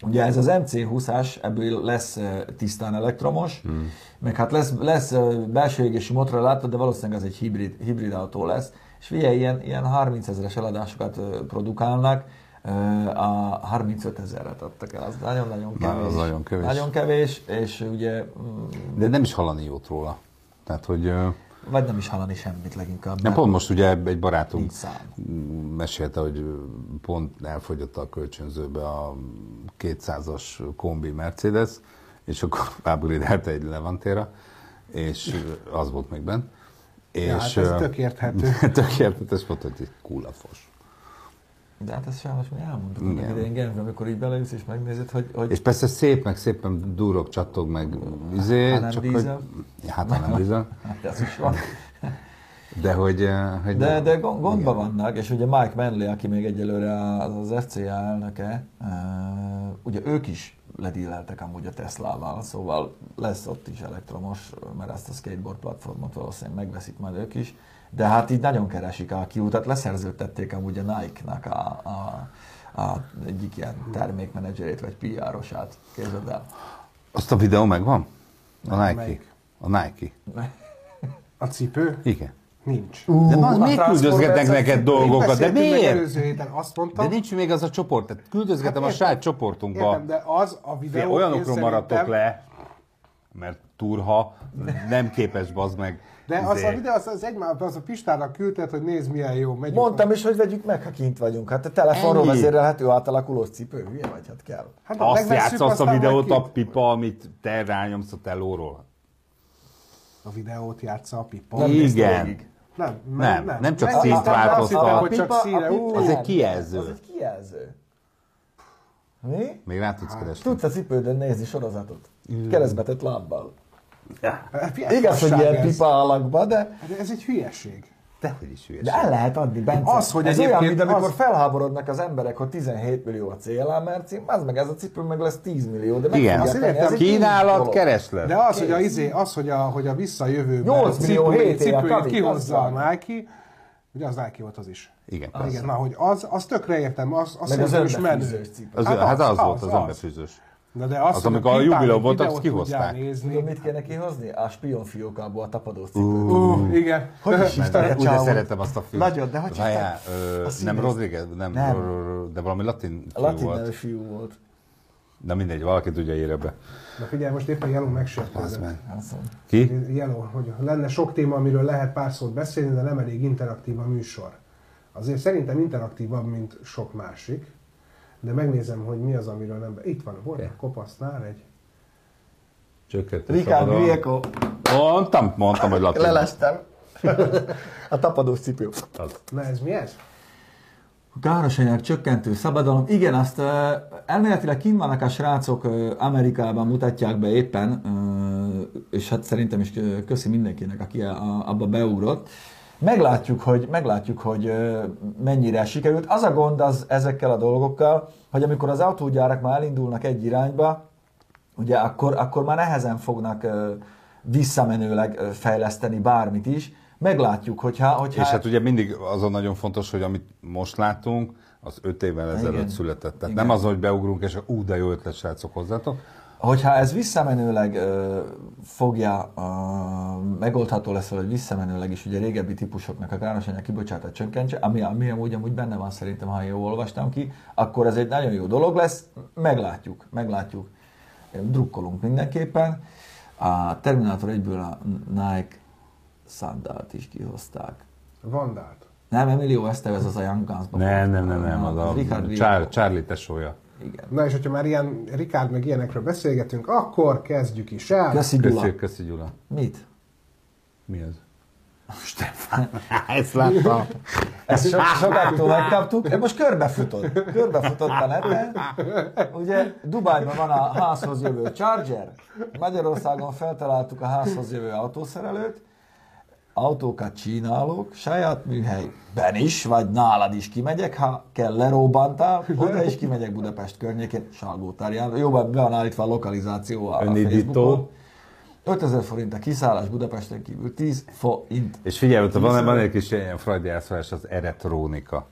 ugye ez az MC20-as, ebből lesz eh, tisztán elektromos, hmm. meg hát lesz, lesz eh, belső égési motorra látod, de valószínűleg az egy hibrid, hibrid autó lesz. És figyelj, ilyen, ilyen 30 ezeres eladásokat ö, produkálnak, ö, a 35 ezeret adtak el, az nagyon-nagyon
Na,
kevés.
az nagyon kevés.
Nagyon kevés, és ugye, mm,
De nem is hallani jót róla. Tehát, hogy... ö,
vagy nem is hallani semmit leginkább.
Nem,
mert
pont most ugye egy barátunk
nincs szám.
mesélte, hogy pont elfogyott a kölcsönzőbe a 200-as kombi Mercedes, és akkor upgrade egy Levantéra, és az volt még benne. És
Ja, hát ez
ö,
tök érthető.
tök érthető, és mondta, hogy kulafos.
De hát ezt sajnos mi elmondtuk annak
Igen.
idején Genfben, amikor így beleülsz és megnézed, hogy, hogy
És persze szép, meg szépen durog, csattog, meg izé,
Hát, Ha nem
csak
dízel.
hogy... Hát ha nem dízel.
hát ez is van.
De hogy... ö, hogy
De,
nem.
de gond- gondban vannak, és ugye Mike Manley, aki még egyelőre az, az FCA elnöke, ö, ugye ők is ledíleltek amúgy a Teslával, szóval lesz ott is elektromos, mert ezt a skateboard platformot valószínűleg megveszik majd ők is, de hát így nagyon keresik a kiutat, leszerződtették amúgy a Nike-nak a, a, a egyik ilyen termékmenedzserét, vagy PR-osát, képzeld el.
Azt a videó megvan? A Nike.
melyik?
A Nike.
A cipő?
Igen.
Nincs.
De
Ú,
az
a
miért
Transformers
küldözgetnek
az-
neked dolgokat? De
Beszéltünk meg
miért?
előző héten azt
De
mondtam,
nincs még az a csoport, tehát küldözgetem
Hát
a
értem,
saját csoportunkba.
értem, de az a videó...
Fél,
én
olyanokról maradtok
szerintem-
le, mert turha, nem képes bazd meg.
De az
izé-
a videó, az, az egymás, az a Pistának küldted, hogy nézd milyen jó, megyünk.
Mondtam is, hogy vegyük meg, ha kint vagyunk. Hát a telefonról
Ennyi.
vezérelhető átalakulós cipő, hülye vagy, hát kell.
Hát, ha
Azt
megvesszük,
játszasz a
aztán
videót
meg
a
kint.
pipa, amit te rányomsz a telóról.
A videót játsza a pipa.
Nem.
Nem,
Igen.
nem,
Nem, nem csak
Megnéztem,
szint
azt
változtat.
hittem,
A
hogy csak színe. Ú,
az egy kijelző.
Az egy kijelző. Mi?
Még rá
Hát,
tudsz keresni.
Tudsz a cipődön nézni sorozatot. Keresztbetett lábbal.
hát figyelj,
Igaz, hogy
fasság
ilyen
ez.
pipa alakba, de,
Hát Ez egy hülyeség.
Dehogy is hülyeség.
de
hát-
el lehet adni, Bence.
Az, hogy
ez olyan,
egyébként
mint amikor
az-
felháborodnak az emberek, hogy 17 millió a célámer cím, az meg ez a cipő meg lesz 10 millió, de meg
Igen.
fogják
Azt
venni, ez
értem.
egy
Kínálat,
dolog.
kereslet.
De az, hogy a, izé, az, hogy a, hogy a visszajövőben
8
a
millió
cipői-
hét éve
cipőit
Kavik,
kihozza
az
a Nike, ugye az Nike volt az is.
Igen,
Az.
persze.
Igen, na, hogy az, az tökre értem, az, az,
Meg az
szerintem is
önbefűzős
menő.
cipő.
Az,
Hát
hát
az,
az, volt
az,
az,
az.
önbefűzős.
Na de az,
Az,
hogy
amikor a
pipának
jubiló volt, azt
videót tudjál
kihozták.
Tudod,
Nézni.
mit kéne kihozni? A spionfiókából a tapadós cipőt.
Ú, igen.
Hogy is hívták a
Úgy
csávót?
szeretem azt a filmet.
Nagyon, de hogy
Vajá,
hívták?
ö,
A színész.
Nem Rodriguez, nem,
Nem.
ro- ro- ro- de valami latin
A
fiú
latin nevű
volt.
fiú volt.
Na mindegy, valaki tudja írja be.
Na figyelj, most éppen Jeló megsértődött.
Azt mondom.
Ki?
Jeló, hogy lenne sok téma, amiről lehet pár szót beszélni, de nem elég interaktív a műsor. Azért szerintem interaktívabb, mint sok másik, de megnézem, hogy mi az, amiről nem... be- Itt van, hol?
Oké.
A kopasznál egy...
Csökkent.
Ricardo
szabadon.
Vieco.
Mondtam, mondtam, hogy latin.
Lelestem. a tapadós cipő.
Az.
Na ez mi ez?
Káros anyag csökkentő szabadalom. Igen, azt ö, elméletileg kint vannak a srácok, ö, Amerikában mutatják be éppen, ö, és hát szerintem is ö, köszi mindenkinek, aki a- a- abba beugrott. Meglátjuk, hogy, meglátjuk, hogy ö, mennyire sikerült. Az a gond az ezekkel a dolgokkal, hogy amikor az autógyárak már elindulnak egy irányba, ugye akkor, akkor már nehezen fognak ö, visszamenőleg ö, fejleszteni bármit is. Meglátjuk, hogyha... hogyha
És hát ugye mindig az a nagyon fontos, hogy amit most látunk, az öt évvel ezelőtt
Igen.
született. Tehát
Igen.
nem az, hogy beugrunk, és ú, de jó ötlet, srácok, hozzátok.
Hogyha ez visszamenőleg ö, fogja, ö, megoldható lesz, hogy visszamenőleg is ugye régebbi típusoknak a károsanyag kibocsátát csökkentse, ami, ami amúgy, amúgy benne van szerintem, ha jól olvastam ki, akkor ez egy nagyon jó dolog lesz, meglátjuk, meglátjuk. Drukkolunk mindenképpen. A Terminátor egyből a Nike Sandalt is kihozták.
Vandát.
Nem, Emilio Estevez az a Young Guns-ban
Nem,
volt.
nem, nem, nem, az a
Richard Vieco.
Char- Charlie tesója.
Igen.
Na és hogyha már ilyen Rikád meg ilyenekről beszélgetünk, akkor kezdjük is el.
Köszi Gyula.
Köszi, köszi Gyula.
Mit?
Mi az? Stefán. Ezt láttam.
Ezt so, sokaktól megkaptuk. Én most körbefutott. Körbefutott a neten. Ugye Dubájban van a házhoz jövő Charger. Magyarországon feltaláltuk a házhoz jövő autószerelőt. Autókat csinálok, saját műhelyben is, vagy nálad is kimegyek, ha kell lerobbantál, oda is kimegyek Budapest környékén, Salgótárján. Jó, be be van állítva a lokalizáció a
Önindító.
Facebookon. 5000 forint a kiszállás Budapesten kívül, 10 forint.
És figyelj, ott van, van egy kis ilyen frajdi elszólás, az eretrónika.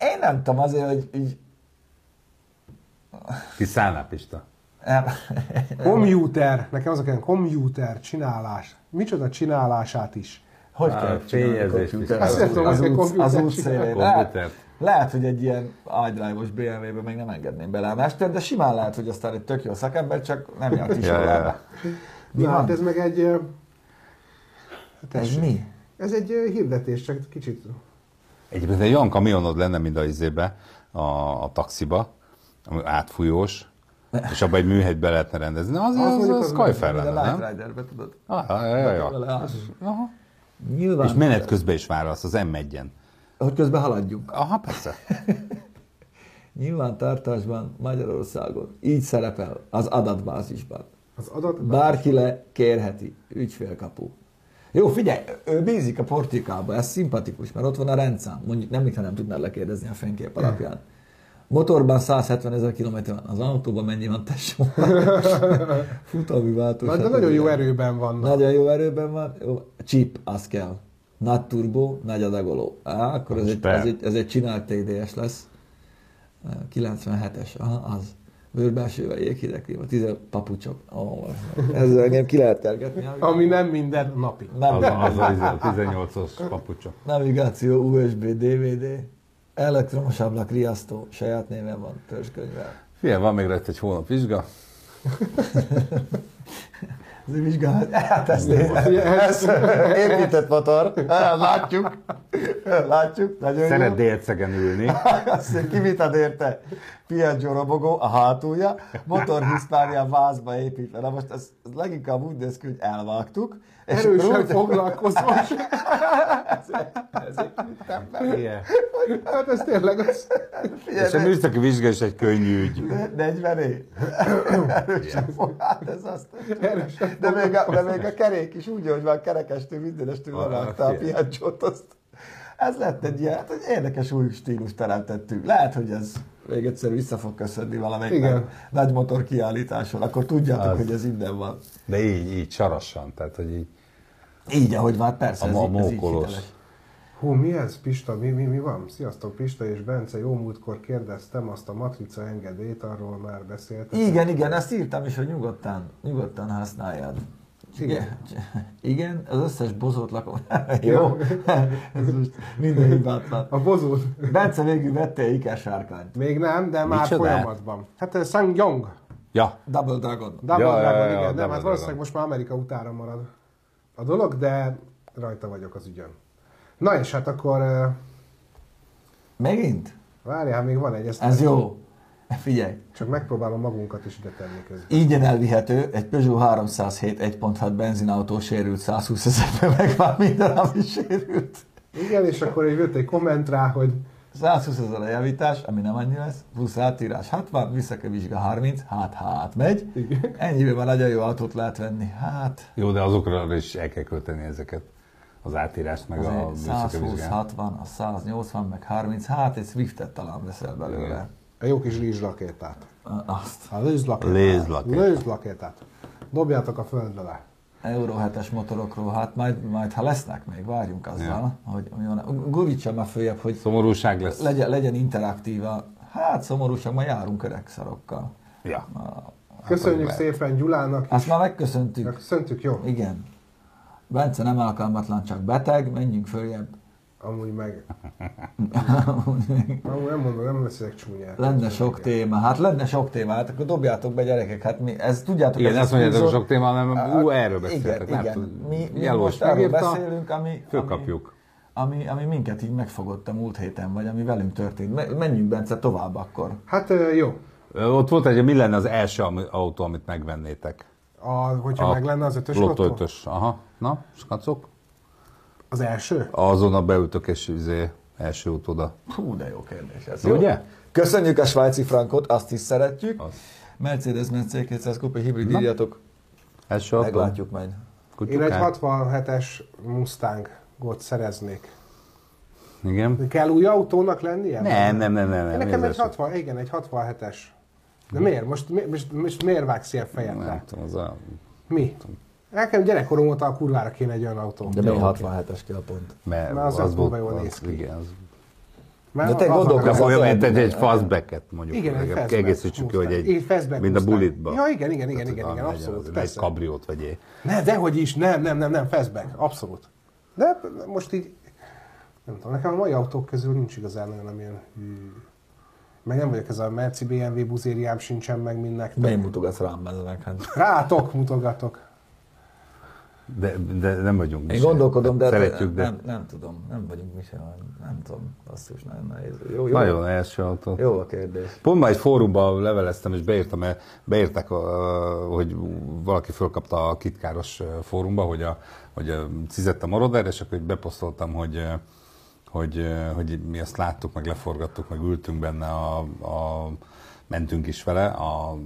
Én nem tudom azért, hogy így
Ti szállnál, Pista?
Nem.
Computer, nekem azok ilyen computer, csinálás. Micsoda csinálását is.
Hogy
Á,
kell csinálni a
fényezés
komputert?
is. Azt nem
tudom,
Az
hogy kell
út- Az
komputert
út
csinálni.
szélén.
Komputert.
Lehet, lehet, hogy egy ilyen iDrive-os BMW-be még nem engedném bele a mester, de simán lehet, hogy aztán egy tök jó szakember, csak nem járt is
Ja, ja, ja.
Mi
Na,
van?
hát ez meg egy... ö,
Ez
tessék.
mi?
Ez egy ö, hirdetés, csak kicsit...
Egyébként egy olyan kamionod lenne, mint a izébe, a, a taxiba, ami átfújós, és abba egy műhelyt be lehetne rendezni. Na, az,
Az
az, az,
mondjuk
az
az
Skyfair
Mind a
lenne,
Light
nem?
Rider-be tudod.
Ah, ah, ja, ja, ja.
Vele áll.
Aha.
Nyilván.
És menet közben is válasz, az M1-en.
Hogy közben haladjunk.
Aha, persze.
Nyilvántartásban Magyarországon így szerepel az adatbázisban.
Az adat...
Bárki le kérheti, ügyfélkapu. Jó, figyelj, ő bízik a portikába, ez szimpatikus, mert ott van a rendszám. Mondjuk nem, mintha nem tudnád lekérdezni a fénykép alapján. Motorban 170 ezer kilométer van, az autóban mennyi van, tesó? Futamű váltó.
Na, de
stb.
nagyon jó erőben vannak.
Nagyon jó erőben van. Jó. Chip, az kell. Nagy turbo, nagy adagoló. Á, akkor ez egy,
per.
ez, egy, ez egy csinált TDS lesz. 97-es, aha, az. Bőrbelsővel jéghideg klíma, 10 papucsok. Ó, ezzel engem ki lehet tergetni.
Ami nem minden napi.
Nem,
Az, az, az a 18-os papucsa.
Navigáció, USB, DVD, elektromos ablak, riasztó, saját néven van, törzskönyvvel.
Figyelj, van még rajta egy hónap vizsga.
Ez egy vizsgálat. Hát ezt én, ez épített motor. Hát, Látjuk. Látjuk. Nagyon
Szeret délcegen ülni.
Azt kivitad érte. Piaggio robogó, a hátulja, motor hiszpánia vázba építve. Na most ez, ez leginkább úgy néz ki, hogy elvágtuk. és
Erősen
rúg-
foglalkozós.
Igen.
Hát ez tényleg az.
Figyelj,
És a műszaki vizsga is egy könnyű ügy.
40 év. Erősen fog, hát ez azt. De még, a, de még a kerék is úgy, hogy már kerekestől mindenestől
Ah,
lerakta a
figyelj.
piacsot, azt. Ez lett egy ilyen, hát egy érdekes új stílus teremtettünk. Lehet, hogy ez még egyszer vissza fog köszönni valamelyik
Igen.
nagy, nagy motor kiállításon, akkor tudjátok,
Az.
hogy ez innen van.
De így, így sarasan, tehát hogy így
Így, ahogy már persze,
a
ez,
ma-
így- ez így
mókolos.
hiteles.
Hú, mi ez, Pista? Mi, mi, mi van? Sziasztok, Pista és Bence. Jó múltkor kérdeztem azt a matrica engedélyt, arról már beszéltem.
Igen, igen, ezt írtam is, hogy nyugodtan, nyugodtan használjad. Igen. igen, az összes bozót lakom. Jó, ez most minden hibátlan.
A bozót.
Bence végül vettél ikersárkányt.
Még nem, de már
Micsoda?
folyamatban. Hát ez Sang Yong.
Ja,
Double Dragon.
Double
Ja,
ja,
ja,
Dragon,
ja,
igen.
ja,
nem,
Double
hát valószínűleg most már Amerika utára marad a dolog, de rajta vagyok az ügyön. Na és hát akkor ö,
Megint?
várjál, hát még van egy, ezt
Ez jó. Figyelj,
csak megpróbálom magunkat is ide tenni közben.
ingyen elvihető egy Peugeot 307 1.6 benzinautó sérült 120 ezerbe, meg már minden, ami sérült.
Igen, és akkor így jött egy komment rá, hogy
120 ezer a javítás, ami nem annyi lesz, plusz átírás 60, vissza kell vizsga 30, hát hát megy. Ennyiben már nagyon jó autót lehet venni. Hát,
jó, de azokra is el kell költeni ezeket. Az átírást, meg a
azért
műszaki
120,
vizsgát.
60, a 180, meg 30, hát egy Swiftet talán veszel belőle.
Igen.
a jó kis rizslakétát.
Azt.
A rizslakétát.
Lézlakétát.
Lézlakétát. Dobjátok a földre le.
Euró 7-es motorokról, hát majd, majd ha lesznek még, várjunk azzal, hogy mi van. Gurítsa már följebb, hogy
Szomorúság lesz.
legyen, legyen interaktíva. Hát szomorúság, ma járunk öreg szarokkal.
Ja. Hát,
Köszönjük szépen Gyulának.
Azt már megköszöntük.
Köszöntük, jó?
Hát, Igen. Bence nem alkalmatlan, csak beteg, menjünk följebb.
Amúgy meg. Amúgy nem mondom, nem beszélek csúnyát.
lenne sok téma, hát lenne sok téma, hát akkor dobjátok be gyerekek, hát mi, ez tudjátok.
Igen,
ez
azt mondjátok, hogy
túlzott-
sok téma, hanem ú, erről
Igen,
beszéltek. nem
igen.
tudom.
Mi, mi
Jelós
most erről
megírta,
beszélünk, ami,
Fölkapjuk.
Ami, ami minket így megfogott a múlt héten, vagy ami velünk történt. Me- Menjünk, Bence, tovább akkor.
Hát ö, jó.
Ö, Ott volt egy, mi lenne az első ami- autó, amit megvennétek?
A, hogyha meg lenne az ötös
Lotto
lottó?
ötös. Aha. Na, skacok?
Az első?
Azon a beütök és izé, első út oda.
Hú, de jó kérdés ez.
Ugye?
Jó. Köszönjük a svájci frankot, azt is szeretjük.
Az.
Mercedes-Benz C200 kupi hibrid írjatok,
Első autó?
meglátjuk majd.
Én egy
Kutyukák?
67-es Mustangot szereznék.
Igen.
Kell új autónak lennie?
Nem, nem, nem, nem.
De
nem.
Nekem
ez
egy
az-
60, igen, egy 67-es. De miért? Most, mi- most, most miért vágsz ilyen fejet rá?
Nem tudom, az a...
Mi? Nekem gyerekkorom óta a kurvára kéne egy olyan autó.
De még 67-es kell pont.
Mert
Na, az
az,
olyan
volt,
kurva jól
az-
néz ki.
Igen, az...
Már
De te
aznak
gondolkozz-
De
az
a-
olyan, mint egy,
olyan-
egy fastbacket mondjuk.
Igen, egy fastback
Egészítsük ki, hogy
Mustang.
egy,
Egy fastback
mint a
Mustang.
bulitba.
Ja, igen, igen, igen,
Tehát,
igen,
hogy
igen,
van,
abszolút,
legyen az,
persze.
Egy kabriót vegyél.
Ne, dehogy is, nem, nem, nem, nem, fastback, abszolút. De hát most így, nem tudom, nekem a mai autók közül nincs igazán olyan, amilyen... hű. Meg nem vagyok ez a Merci BMW buzériám sincsen meg mindnek.
Miért mutogatsz rám ezek? Hát.
Rátok mutogatok.
De, de nem vagyunk mi
Én
se.
gondolkodom, de, hát
Szeretjük, de...
nem, nem, tudom, nem vagyunk mi sem, nem tudom, azt is nagyon nehéz. Jó, jó,
Nagyon első autó.
jó a kérdés.
Pont ma egy fórumban leveleztem, és beírtam, mert beírták, ö, hogy valaki fölkapta a kitkáros ö, fórumba, hogy, a, hogy ö, cizett a marodár, és akkor így beposztoltam, hogy, ö, hogy, ö, hogy mi azt láttuk, meg leforgattuk, meg ültünk benne, a, a, mentünk is vele a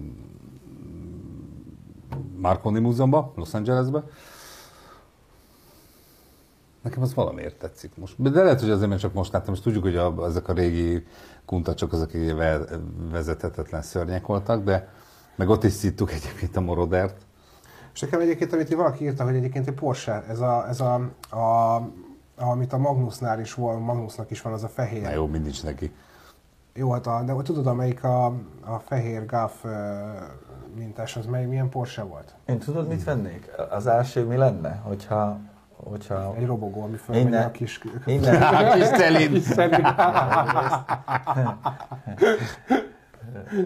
Marconi Múzeumba, Los Angelesbe. Nekem az valamiért tetszik most. De lehet, hogy azért, mert csak most láttam, és tudjuk, hogy a, ezek a régi kuntacsok, azok így ve- vezethetetlen szörnyek voltak, de meg ott is szittuk egyébként a morodert.
És nekem egyébként, amit valaki írta, hogy egyébként egy Porsche, ez a, ez a, a amit a Magnusnál is volt, Magnusnak is van az a fehér.
Na jó, mind nincs neki.
Jó, hát a, de hogy tudod, amelyik a, a fehér Gaff ö, mintás, az mely, milyen Porsche volt?
Én tudod, mit vennék? Az első mi lenne, hogyha... hogyha...
Egy robogó, ami fölmegy
Innen-
a kis...
Innen,
Kis telin.
Hiszen-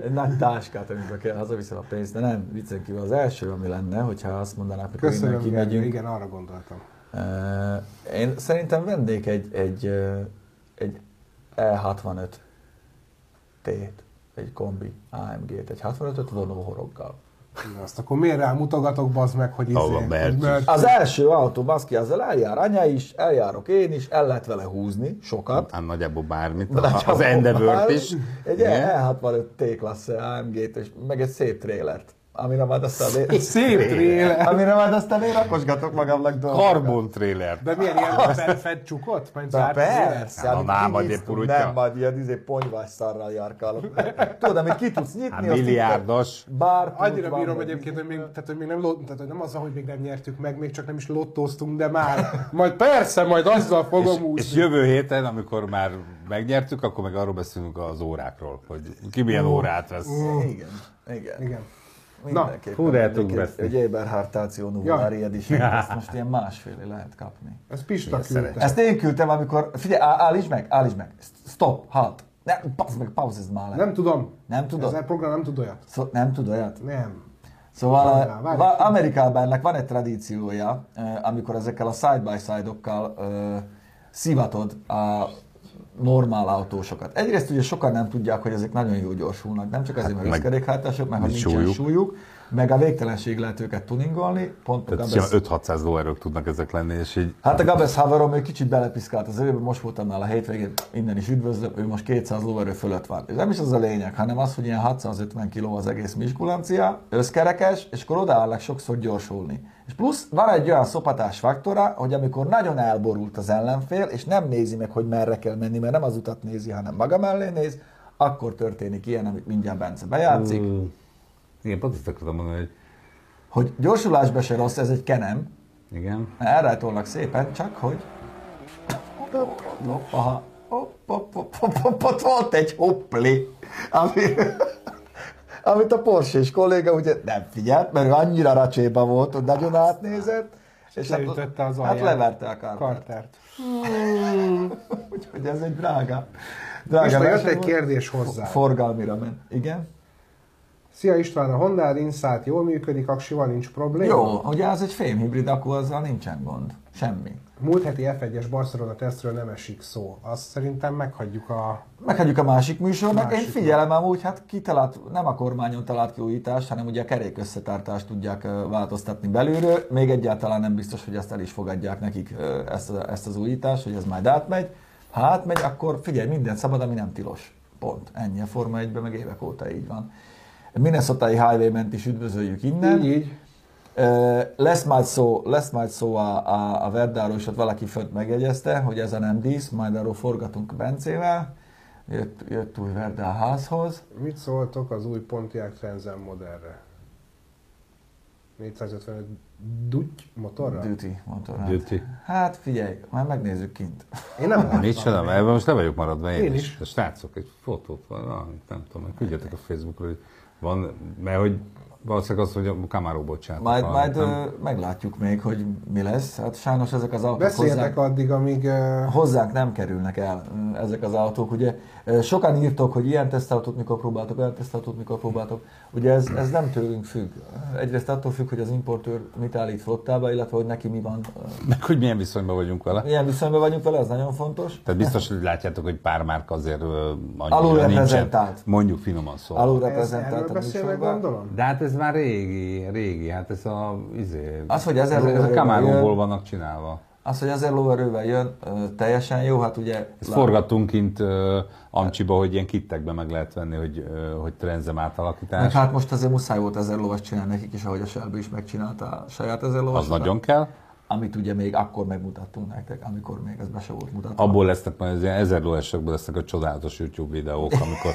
egy nagy táskát, amiben kell hazaviszem a pénzt, de nem, viccen kívül az első, ami lenne, hogyha azt mondanák, hogy
Köszönöm,
innen
Gergő,
kimegyünk.
igen, arra gondoltam.
Eh, Én szerintem vennék egy, egy, eh, egy E65 T-t, egy kombi AMG-t, egy 65-öt vonóhoroggal.
Na, azt akkor miért rám mutogatok, bazd meg, hogy
Ahova
izé,
mehetsz.
hogy mert
Az első autó, baszki, azzal eljár anya is, eljárok én is, el lehet vele húzni, sokat.
Hát nagyjából bármit,
Nagyjából
az Endeavort
már
is.
Egy E-
Igen.
E65 T-klassz AMG-t, és meg egy szép trélert, amire majd aztán én,
szép tréle.
amire majd aztán én rakosgatok magamnak dolgokat.
Karbon trailer.
De milyen ilyen fed, fed csukott? Mert
Na,
zárt
persze,
Na,
amit
már vagy
kinyitsz,
egy purutya.
Nem, majd ilyen izé, ponyvás szarral jarkálok. Tudod, amit ki tudsz nyitni,
Hát
azt így-
milliárdos.
Bár
Annyira bírom egyébként, hogy még, tehát, hogy még nem, lott- tehát, hogy nem azzal, hogy még nem nyertük meg, még csak nem is lottóztunk, de már. Majd persze, majd azzal fogom
És,
úszni.
és jövő héten, amikor már megnyertük, akkor meg arról beszélünk az órákról, hogy ki milyen órát vesz.
Igen, igen.
Igen.
Mindenképpen.
fú, de el
Mondjuk
tudunk
egy-
veszni.
Egy Eberhardtáció
Ja.
Nuvolari Edition, ezt most ilyen másfélé lehet kapni.
Ez Pista
szerencsés.
küldte.
Ezt én küldtem, amikor... Figyelj, á- állítsd meg, állítsd meg. Stop, halt. Ne, bazd meg, pauzizd már le.
Nem tudom.
Nem tudod?
Ez a program nem tud olyat.
Szó- nem tud olyat?
Nem.
Szóval
Várjál,
a-
várjál.
va- Amerikában ennek van egy tradíciója, eh, amikor ezekkel a side-by-side-okkal eh, szivatod a normál autósokat. Egyrészt ugye sokan nem tudják, hogy ezek nagyon jó gyorsulnak, nem csak azért, mert
Hát meg
az kerékhátások, meg ha
nincs
nincsen súlyuk.
súlyuk.
meg a végtelenség lehet őket tuningolni, pont a
Tehát
Gabesz-
ilyen 5-600 lóerők tudnak ezek lenni, és így
Hát a Gabesz haverom, ő kicsit belepiszkált az övébe, most voltam nála a hétvégén, innen is üdvözlöm, ő most 200 lóerő fölött van. Ez nem is az a lényeg, hanem az, hogy ilyen 650 kg az egész miskulancia, összkerekes, és akkor odaállnak sokszor gyorsulni. És plusz van egy olyan szopatás faktora, hogy amikor nagyon elborult az ellenfél, és nem nézi meg, hogy merre kell menni, mert nem az utat nézi, hanem maga mellé néz, akkor történik ilyen, amit mindjárt Bence bejátszik.
Mm. Igen, pont ezt akartam mondani, hogy
Hogy gyorsulásba se rossz, ez egy kenem,
igen.
elrajtolnak szépen, csak hogy hopp, aha, hopp, hopp, hopp, hopp, hopp, ott volt egy hoppli, ami, amit a Porsche és kolléga ugye nem figyelt, mert ő annyira racséba volt, hogy nagyon átnézett, és
Leütötte az
hát
alját.
leverte a kártát.
Kartert.
Úgyhogy ez egy drága,
Pista,
drága
jött
verseny
egy
volt.
kérdés hozzá.
Forgalmira ment. Igen?
Szia István, a Honda Insight jól működik, aksival nincs probléma?
Jó, ugye ez egy fémhibrid, akkor azzal nincsen gond. Semmi.
Múlt heti F1-es Barcelona tesztről nem esik szó. Azt szerintem meghagyjuk a...
Meghagyjuk a másik műsornak. Másik
Másik
Én figyelem amúgy, hát kitalált, nem a kormányon talált ki újítást, hanem ugye a kerék összetartást tudják ö, változtatni belülről. Még egyáltalán nem biztos, hogy ezt el is fogadják nekik ö, ezt, a- ezt az újítást, hogy ez majd átmegy. Ha átmegy, akkor figyelj, minden szabad, ami nem tilos. Pont. Ennyi a Forma 1 meg évek óta így van. minnesota Highwayment is üdvözöljük innen.
Így, így.
Ö, lesz majd szó, lesz majd szó a, a, a Verdáról, és ott valaki fönt megjegyezte, hogy ez a nem dísz, majd arról forgatunk Bencével. Jött, jött új Verdá a házhoz.
Mit szóltok az új Pontiac Trenzem modellre? 455 duty motorra?
Duty motorát.
Duty.
Hát figyelj, már megnézzük kint.
Én nem láttam.
Micsoda, mert Hát, ebben most le vagyok maradva én,
Én
is.
is.
A srácok, egy fotót, van, valamit, nem tudom, meg küldjetek a Facebookra, hogy van, mert hogy valószínűleg azt, hogy a Camaro bocsánat.
Majd,
van,
majd
nem?
ö, meglátjuk még, hogy mi lesz. Hát sajnos ezek az autók hozzánk,
Beszéltek addig, amíg... ö,
hozzánk nem kerülnek el ö, ezek az autók. Ugye ö, sokan írtok, hogy ilyen tesztautót mikor próbáltok, olyan tesztautót mikor próbáltok. Ugye ez, ez nem tőlünk függ. Egyrészt attól függ, hogy az importőr mit állít flottába, illetve hogy neki mi van.
Meg hogy milyen viszonyban vagyunk vele.
Ö, Milyen viszonyban vagyunk vele, ez nagyon fontos.
Tehát biztos, hogy látjátok, hogy pár márka azért ö, annyira
Alulreprezentált.
nincsen. Mondjuk finoman szólva.
Alul
Ez, erről
reprezentált a
beszélnek,
műsorban.
gondolom?
De hát ez már régi, régi, hát ez a, izé,
Az, hogy ezer
ez, ez a
lóerővel
Camaro-ból
jön.
vannak csinálva.
Az, hogy ezer lóerővel jön, ö, teljesen jó, hát ugye...
Ezt
lát-
forgattunk kint uh, Amcsiba, hogy ilyen kittekbe meg lehet venni, hogy, uh, hogy trenzem
Meg
átalakítás.
hát most azért muszáj volt ezer lovas csinálni nekik is, ahogy a Shelby is megcsinálta a saját ezer lovas.
Az nagyon kell.
Amit ugye még akkor megmutattunk nektek, amikor még ez be se volt mutatva.
Abból lesznek majd az ilyen ezer lóesokból lesznek a csodálatos YouTube videók, amikor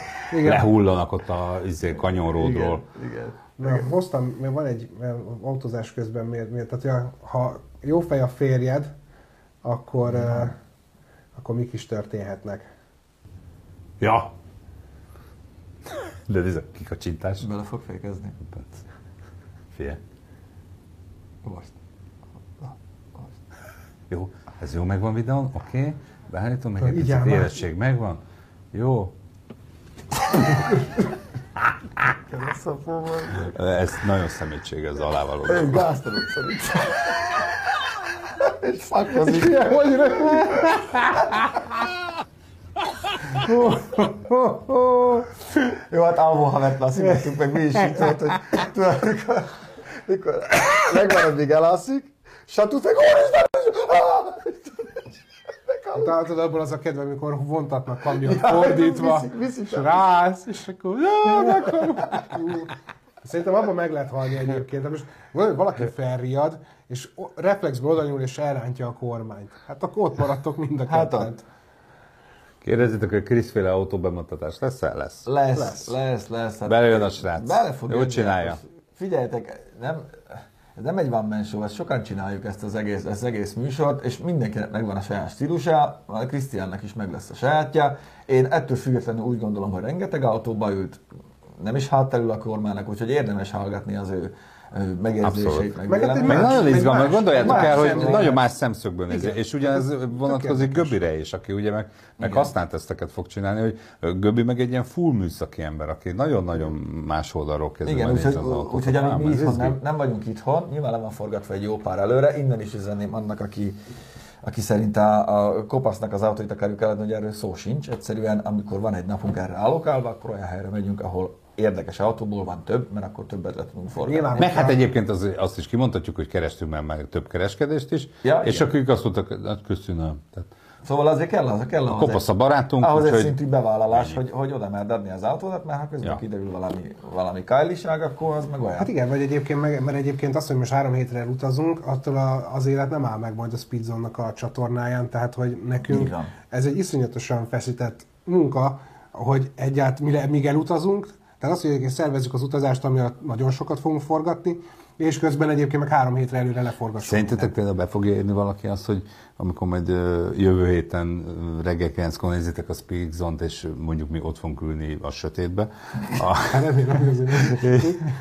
lehullanak ott a izé, kanyonródról.
Igen.
Na, hoztam, mert van egy mert autózás közben, miért, miért, tehát ja, ha jó fej a férjed, akkor,
Mhm.
uh, akkor mik is történhetnek.
Ja! De nézd, kik a csintás.
Bele fog fékezni.
Fie.
Most.
Jó, ez jó megvan videón, oké. Okay. Beállítom, meg egy
Így
picit
áll már.
érettség megvan. Jó.
Keresztapó van.
Ez nagyon szemétség, ez alávaló.
Én gáztadom szerintem. És fakkozik.
Hogy röhög?
Jó, hát álmó havert lesz, imádtuk meg mi is így volt, hogy tudod, mikor, mikor megvan, amíg elalszik, és a tudod, hogy úristen,
Tudod, abból az a kedve, amikor vontatnak kamion fordítva,
viszik, viszik.
és ráállsz, és akkor "Á, meghalunk." Ú. Szerintem abban meg lehet halni egyébként. De most gondolj, valaki felriad, és o- reflexből odanyúl, és elrántja a kormányt. Hát akkor ott maradtok mind a
Hát
ketten.
ott.
Kérdezzétek, hogy Kriszféle autóbemutatás lesz -e? Lesz.
Lesz, lesz, lesz, lesz. Hát
Belejön a srác.
Bele fog
Jól
jönni.
csinálja.
Figyeljetek, nem, ez nem egy one man show, ezt sokan csináljuk ezt az egész, ezt az egész műsort, és mindenkinek megvan a saját stílusa, a Krisztiánnak is meg lesz a sajátja. Én ettől függetlenül úgy gondolom, hogy rengeteg autóba ült, nem is hátterül a kormának, úgyhogy érdemes hallgatni az ő, ő
Abszolút.
megérzéseit, meg
Meg hát egy
Meg
véleményét.
Más,
nagyon
meg
izgalmas,
más,
gondoljátok
más
el, hogy
szemlélet.
nagyon más szemszögből nézi. És ugyanez vonatkozik Göbire is, aki ugye meg, meg használt teszteket fog csinálni, hogy Göbi meg egy ilyen full műszaki ember, aki nagyon-nagyon más oldalról kezdve
Igen,
nézi
úgyhogy
az autót.
úgy, amíg
Ám,
mi
ez
itthon
izgi.
nem, nem vagyunk itthon, nyilván le van forgatva egy jó pár előre, innen is üzenném annak, aki, aki szerint a, a kopasznak az autóit akarjuk eladni, hogy erről szó sincs. Egyszerűen, amikor van egy napunk erre állokálva, akkor olyan helyre megyünk, ahol érdekes autóból van több, mert akkor többet le tudunk forgatni.
Nyilván,
Meg hát egyébként az, azt is kimondhatjuk, hogy kerestünk már, már több kereskedést is,
Ja,
és
igen.
akkor ők azt mondtak, hogy hát köszönöm. Tehát,
Szóval azért kell, az kell ahhoz
kopasz a barátunk,
ahhoz egy
úgyhogy-
szintű bevállalás, hogy, hogy oda mered adni az autódat, mert ha közben
Ja.
kiderül valami, valami kájliság, akkor az meg olyan.
Hát igen, vagy egyébként, meg, mert egyébként azt, hogy most három hétre elutazunk, attól a, az élet nem áll meg majd a Speedzone-nak a csatornáján, tehát hogy nekünk
Így van.
ez egy iszonyatosan feszített munka, hogy egyáltalán mire, míg elutazunk, tehát azt, hogy egyébként szervezzük az utazást, ami alatt nagyon sokat fogunk forgatni, és közben egyébként meg három hétre előre leforgassuk.
Szerintetek például be fogja érni valaki azt, hogy amikor majd ö, jövő héten ö, reggel 9-kor nézitek a Speak Zone-t, és mondjuk mi ott fogunk ülni a sötétbe, a,
Hát remélem, hogy azért nem.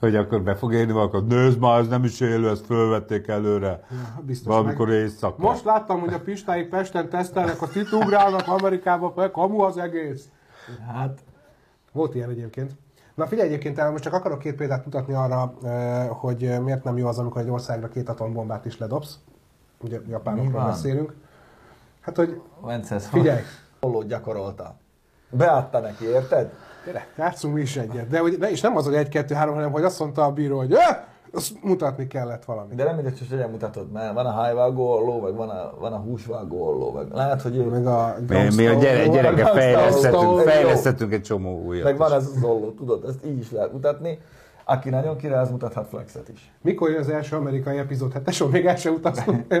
hogy akkor be fog érni valaki, nézd már, ez nem is élő, ezt fölvették előre.
biztos
Valamikor éjszaka.
Most láttam, hogy a pistáik Pesten tesztelnek, a itt ugrálnak Amerikába, fel, kamu az egész.
Hát,
Volt ilyen egyébként. Na figyelj egyébként, el, most csak akarok két példát mutatni arra, eh, hogy eh, miért nem jó az, amikor egy országra két atombombát is ledobsz. Ugye
Mi
japánokról
van?
beszélünk. Hát, hogy
Vences,
Figyelj!
Hollót gyakorolta. Beadta neki, érted?
gyere, játszunk mi is egyet. De, hogy, de és nem az, hogy egy, kettő, három, hanem hogy azt mondta a bíró, hogy eh, azt mutatni kellett valamit.
De nem mindegy, hogy hogyan mutatod, mert van a hájvágó olló, meg van a, van a húsvágó olló, meg látod, hogy ő,
Meg a
Mi, mi a
Drumstone-
gyere, gyereke
Drumstone-
fejlesztettünk,
Drumstone-
fejlesztettünk egy csomó újat.
meg van
is.
ez az olló, tudod, ezt így is lehet mutatni. Aki nagyon király, az mutathat flexet is.
Mikor jön az első amerikai epizód? Hát tesó, még el sem utaztunk.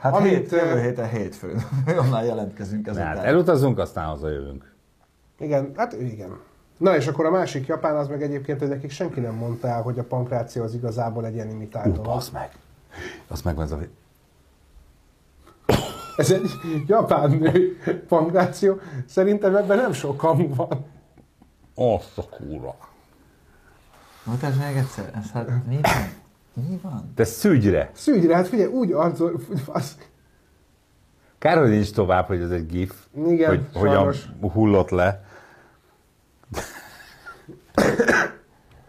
Hát Amit,
Amit,
hét, jövő
eh,
héten hétfőn. Onnan jelentkezünk ezután.
Hát elutazunk, aztán hazajövünk.
Igen, hát igen. Na és akkor a másik japán az meg egyébként, hogy nekik senki nem mondta el, hogy a pankráció az igazából egy ilyen imitált
Ú,
dolog.
basz meg. Azt meg van ez a...
Ez egy japán nő pankráció. Szerintem ebben nem sok kamu van.
Azt a kúra.
Mutasd meg egyszer, ez hát mi van? Mi van?
Te szügyre.
Szűgyre, hát figyelj, úgy arcol... fú, fasz.
Kár, hogy nincs tovább, hogy ez egy gif.
Igen,
hogy, hogy a
sajnos.
hullott le.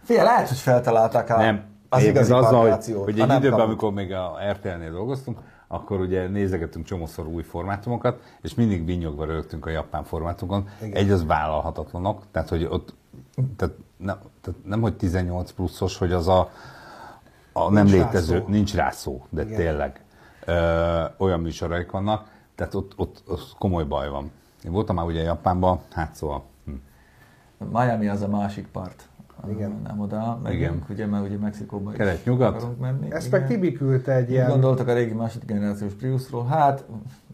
Figyelj, lehet, hogy feltalálták a,
Nem.
az
Egyébként
igazi
azzal, hogy,
pankrációt,
hogy
a
egy
nem
időben,
kapunk.
amikor még a RTL-nél dolgoztunk, akkor ugye nézegettünk csomószor új formátumokat, és mindig vinyogva rögtünk a japán formátumokon. Egy az vállalhatatlanok, tehát hogy ott, tehát nem, tehát nem hogy 18 pluszos, hogy az a, a nem
Nincs rá
létező,
szó.
nincs rá szó, de
Igen.
tényleg ö, olyan műsoraik vannak, tehát ott, ott, ott komoly baj van. Én voltam már ugye Japánban, hát szóval hm.
Miami az a másik part.
Igen.
Nem oda megyünk, ugye, mert ugye Mexikóba is
Kelet-nyugat.
akarunk menni.
Ezt
igen.
meg Tibi küldte egy
Mit
ilyen...
gondoltak a régi másodgenerációs Priusról? Hát, most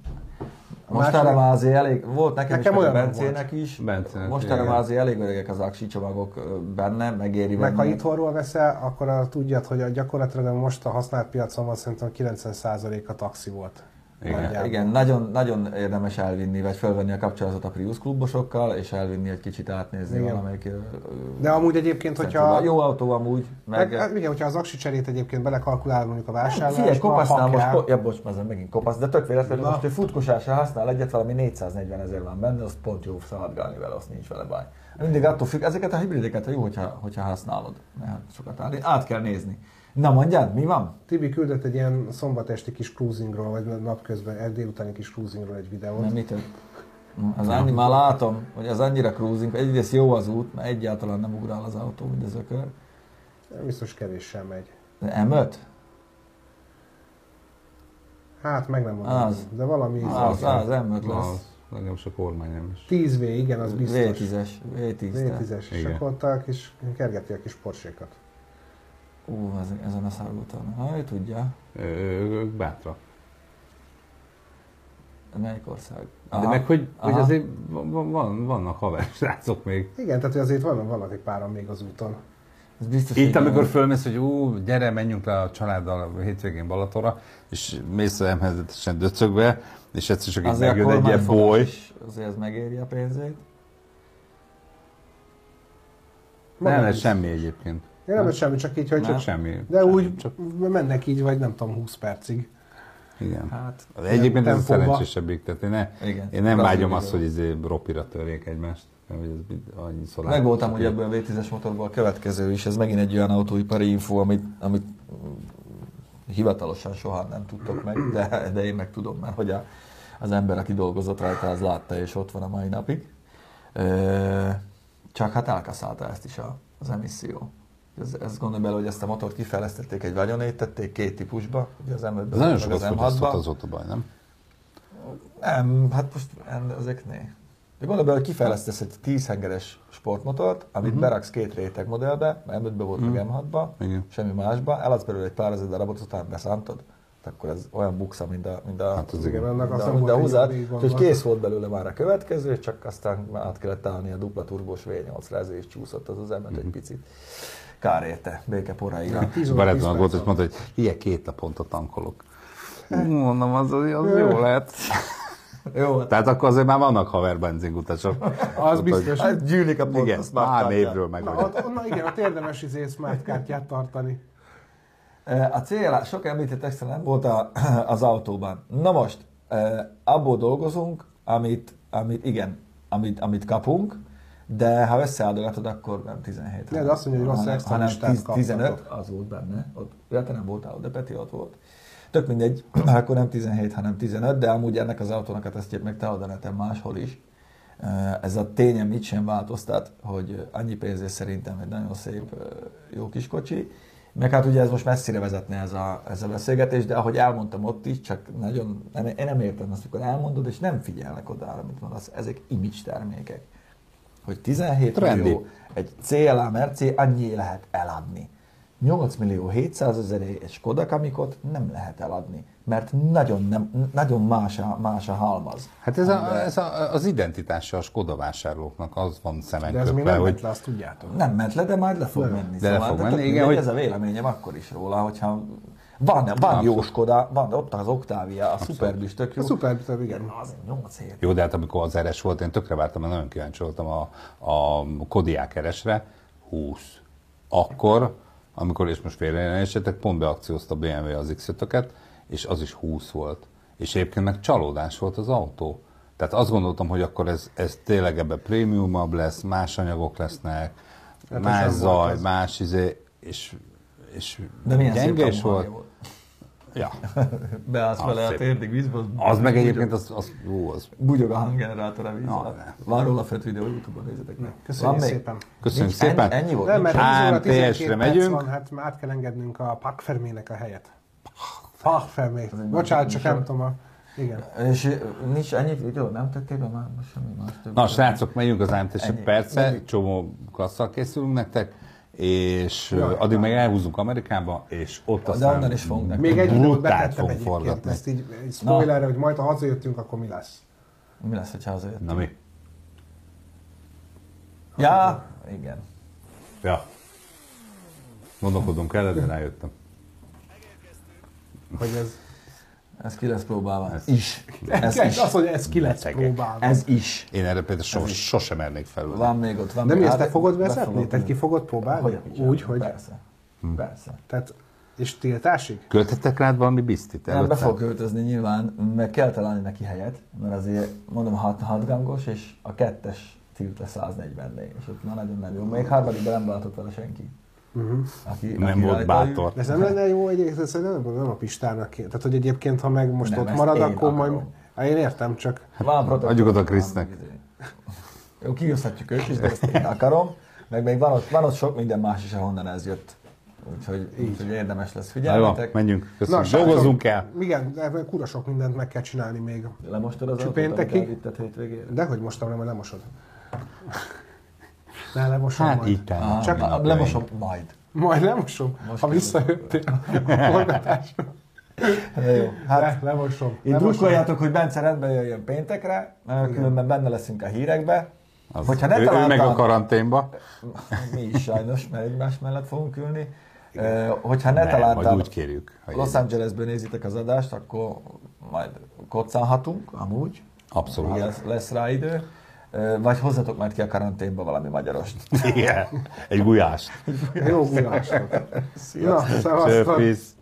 második-
erre már azért elég, volt nekem,
Nekem
is, meg a
olyan
Bencének is,
Bencének,
most
igen.
erre már azért elég öregek az aksi csomagok ö, benne, megéri
Meg ha
venni.
itthonról veszel, akkor a, tudjad, hogy a gyakorlatilag a most a használt piacon van szerintem 90% a taxi volt.
Igen.
Nagyjából.
Igen, nagyon, nagyon érdemes elvinni, vagy felvenni a kapcsolatot a Prius klubosokkal, és elvinni egy kicsit átnézni
Igen.
Igen. valamelyik... ö, ö,
De amúgy egyébként,
centrumba.
hogyha...
Jó autó amúgy,
Meg,
meg...
hát ugye, hogyha az aksi cserét egyébként belekalkulálunk mondjuk a vásárlásba,
Hát Figyelj, kopasznál
ha
most,
kell-
ko- ja, bocs, ezen megint kopasz, de tök véletlenül
Na.
most ő futkosásra használ egyet, valami 440 ezer van benne, az pont jó szaladgálni vele, azt nincs vele baj. Mindig attól függ, ezeket a hibrideket jó, hogyha, hogyha használod, mert sokat áll. Át kell nézni. Na mondjad, mi van?
Tibi küldött egy ilyen szombat esti kis cruisingról, vagy napközben, egy délutáni kis cruisingról egy videót.
Nem mit? Az annyi, már látom, hogy az annyira cruising, egyrészt jó az út, mert egyáltalán nem ugrál az autó, mint az ökör.
Biztos kevéssel megy.
De M5?
Hát meg nem mondom,
Az.
de valami
Az,
az.
az M5 lesz.
Az, nekem se kormány nem is.
10V, igen, az biztos.
V10-es, V10.
V10-es, és
Igen.
akkor ott a kis, kergeti a kis porsékat.
Ú, ez, ezen a szárúton. Ha, ő tudja.
Ö, Ők, ők bátrak.
Melyik ország?
De
Aha.
meg, hogy, hogy
Aha.
azért van, van, vannak haver srácok még.
Igen, tehát azért van, vannak egy páran még az úton.
Ez biztos,
Itt,
hogy
amikor
jó.
fölmész, hogy ú, gyere, menjünk le a családdal a hétvégén Balatonra, és mész a emhezetesen döcögve, és egyszer csak így
Azért
megjön
a
egy ilyen
kormányfogás
boly.
is, Azért ez megéri a pénzét.
Nem lehet semmi egyébként.
Én nem, semmi, csak így, hogy
Csak
csak
semmi.
De
Semmi,
úgy
Csak,
mennek így, vagy nem tudom, 20 percig.
igen.
Hát,
Az egyébként ez a
tempóba.
szerencsésebbik. Tehát én, ne,
igen.
én nem vágyom
Brazil
azt, hogy izé ropira törjék egymást. Nem, hogy ez mind- annyiszor látom.
Megvoltam, hogy ebből a V10-es motorból a következő is, ez megint egy olyan autóipari info, amit, amit mm, hivatalosan soha nem tudtok meg, de, de én meg tudom, mert hogy a, az ember, aki dolgozott rajta, az látta, és ott van a mai napig. Ö, csak hát elkaszálta ezt is a, az emisszió. Ez, ez gondolom bele, hogy ezt a motort kifejlesztették egy vagyonét, tették két típusba, ugye az m
Ez nagyon sokat fogyasztott, az volt a baj, nem?
nem, hát most en- ezek né. De gondolj bele, hogy kifejlesztesz egy 10 hengeres sportmotort, amit
Mhm.
uh-huh. beraksz két réteg modellbe, m 5 volt, uh-huh. meg M6-ba,
Igen.
semmi másba, eladsz belőle egy pár ezer darabot, után beszántod, hát akkor ez olyan buksa, mint a, mint a,
Hát az
Igen,
igen.
annak
mint
azt
a,
nem
mint a
volt
húzat.
így- így
Úgyhogy
gondolva.
kész volt belőle már a következő, csak aztán már át kellett állni a dupla turbós V8-ra, ezért is csúszott az az m
Mhm.
egy picit. Kár érte, béke poráira.
10 óra, 10
Barátom
perc
volt,
van.
és mondta, hogy ilyen két naponta tankolok. Mondom, az, az jó lehet.
Jó,
Tehát akkor azért már vannak haver benzinkutasok.
Az biztos.
hát gyűlik a pont,
Igen,
azt már
már
tartja.
névről meg
Na, ott, na igen, ott érdemes izé smart kártyát tartani.
E, A cél, sok említett extra nem volt a, az autóban. Na most, e, abból dolgozunk, amit, amit igen, amit, amit kapunk, de ha összeáldogatod, akkor nem 17.
Ne, de azt mondja, hogy rossz extra
hanem
listát
10,
kaptatok.
15, az volt benne. Ott, ja, te nem voltál ott, de Peti ott volt. Tök mindegy, akkor nem 17, hanem 15, de amúgy ennek az autónak a tesztjét meg te adod nekem máshol is. E, Ez a tényem mit sem változtat, hogy annyi pénzért szerintem egy nagyon szép, ö, jó kis kocsi. Meg hát ugye ez most messzire vezetne ez a, ez a beszélgetés, de ahogy elmondtam ott is, csak nagyon, nem, én nem értem azt, amikor elmondod, és nem figyelnek oda, amit mondasz. Ezek image termékek. Hogy 17
Trendi.
millió egy CLA Merci annyi lehet eladni. 8 millió 700 ezer egy Skoda Kamikot nem lehet eladni, mert nagyon, nem, nagyon más, a, más a halmaz.
Hát ez, a, ez a, az identitása a Skoda vásárlóknak, az van szemen
De ez még
köpve,
nem
hogy
ment le, azt tudjátok.
Nem ment le, de majd le fog de, menni.
de le fog
de
menni,
tök
igen,
mindegy,
hogy-
Ez a véleményem akkor is róla, hogyha van, van jó Skoda, van ott az Octavia, a Superb is tök jó.
A szuper, tehát igen.
Az 8 hét.
Jó, de hát amikor az RS volt, én tökre vártam, mert nagyon kíváncsi voltam a, a Kodiák RS-re, 20. Akkor, amikor, és most félrejelentésetek, pont beakciózta a BMW az x és az is 20 volt. És egyébként meg csalódás volt az autó. Tehát azt gondoltam, hogy akkor ez, ez tényleg ebbe prémiumabb lesz, más anyagok lesznek,
Hát
más
az nem volt
zaj,
az.
más izé, és, és
De milyen
gyenge is
szép volt.
volt. volt. Ja.
Beállsz vele a
szép.
térdig vízbe,
Az meg egyébként, az, az, ú, az
Bugyog a hanggenerátor a víz
Na,
alatt. Van róla fent videó, Youtube-on nézzetek meg.
Köszönjük
Van még?
szépen.
Köszönjük
Nincs-
szépen.
Ennyi, ennyi volt?
Nem, mert 10
Nincs-
óra
Ám,
12
PS-re
perc
megyünk.
van, hát már át kell engednünk a Pakfermének a helyet. Pakfermé. Bocsánat, csak
műsor.
nem tudom a... Igen.
És ö, nincs ennyi videó, nem tettél be már most semmi más több.
Na, srácok, megyünk az ámtes
Ennyi.
perce, csomó klasszal készülünk nektek, és ö, addig meg elhúzunk Amerikába, és ott
de
aztán
onnan is fogunk nektek.
Még egy videót
brutál
betettem
fogunk
egyébként,
forgatni.
ezt így, így spoilerre, hogy majd ha hazajöttünk, akkor mi lesz.
Mi lesz, hogyha azért?
Na mi?
Ja, igen.
Ja. Gondolkodom kellett, de rájöttem.
Hogy ez...
Ö, Ez ki lesz próbálva. Ez is. Ez is.
Azt mondja, ez ki lesz
Betegek.
próbálva.
Ez is.
Én erre például sos, sosem mernék felülni.
Van még ott, van
De
még.
mi ezt
Hát,
te fogod
be
vezetni?
fogom.
Tehát ki fogod próbálni?
Hogyan?
Úgy, hogy...
Persze. Persze.
Tehát, és tiltásig?
Költettek rád valami biztit
Nem,
előtte?
be fog költözni nyilván, meg kell találni neki helyet, mert azért mondom 6 hat gangos, és a kettes tilt le 144, és ott már nagyon nem jó. Még harmadikban nem látott vele senki. Uh-huh. Aki,
Nem volt
rajta ül.
bátor.
De ez nem lenne jó egyébként, ez nem, nem a Pistának kéne. Tehát, hogy egyébként, ha meg most
Nem,
ott
ezt
marad,
én
akkor majd...
akarom.
Hát én értem, csak...
Van protokoll.
Hát Adjuk oda
van
Krisznek.
izé. Jó, kihozhatjuk őt is, de ezt én akarom. Meg még van ott, van ott sok minden más is, ahonnan ez jött. Úgyhogy, úgyhogy érdemes lesz
Na jó,
figyelmetek.
menjünk. Köszönjük.
srácok,
Dolgozzunk el.
Igen, de ebből kura sok mindent meg kell csinálni még.
Lemostod az autót, amit
Csüpéntekig?
elvitted hétvégére?
De hogy mostam, nem, lemosod. Ne, lemosom
Hát
majd.
így tehát.
Csak
Csak
a, lemosom majd.
Majd lemosom,
Most
ha
kezdem.
visszajöttél a forgatásra.
De jó, hát
Le, lemosom.
Én
lemosom.
drukkoljátok, hogy Bence rendbe jöjjön péntekre, mert különben benne leszünk a hírekbe. Az Hogyha ne
ő, ő meg a
találtam,
karanténba.
mi is sajnos, mert egymás mellett fogunk ülni. Ö, Hogyha ne,
Ne,
találtam,
majd úgy kérjük, ha
Los
így.
Angelesből nézitek az adást, akkor majd koccanhatunk, amúgy.
Abszolút.
Ha Lesz, lesz rá idő. Ö, Vagy hozzatok majd ki a karanténba valami magyarost.
Igen. Egy gulyást.
Jó gulásra. Na, szevasztok.
Csöpész.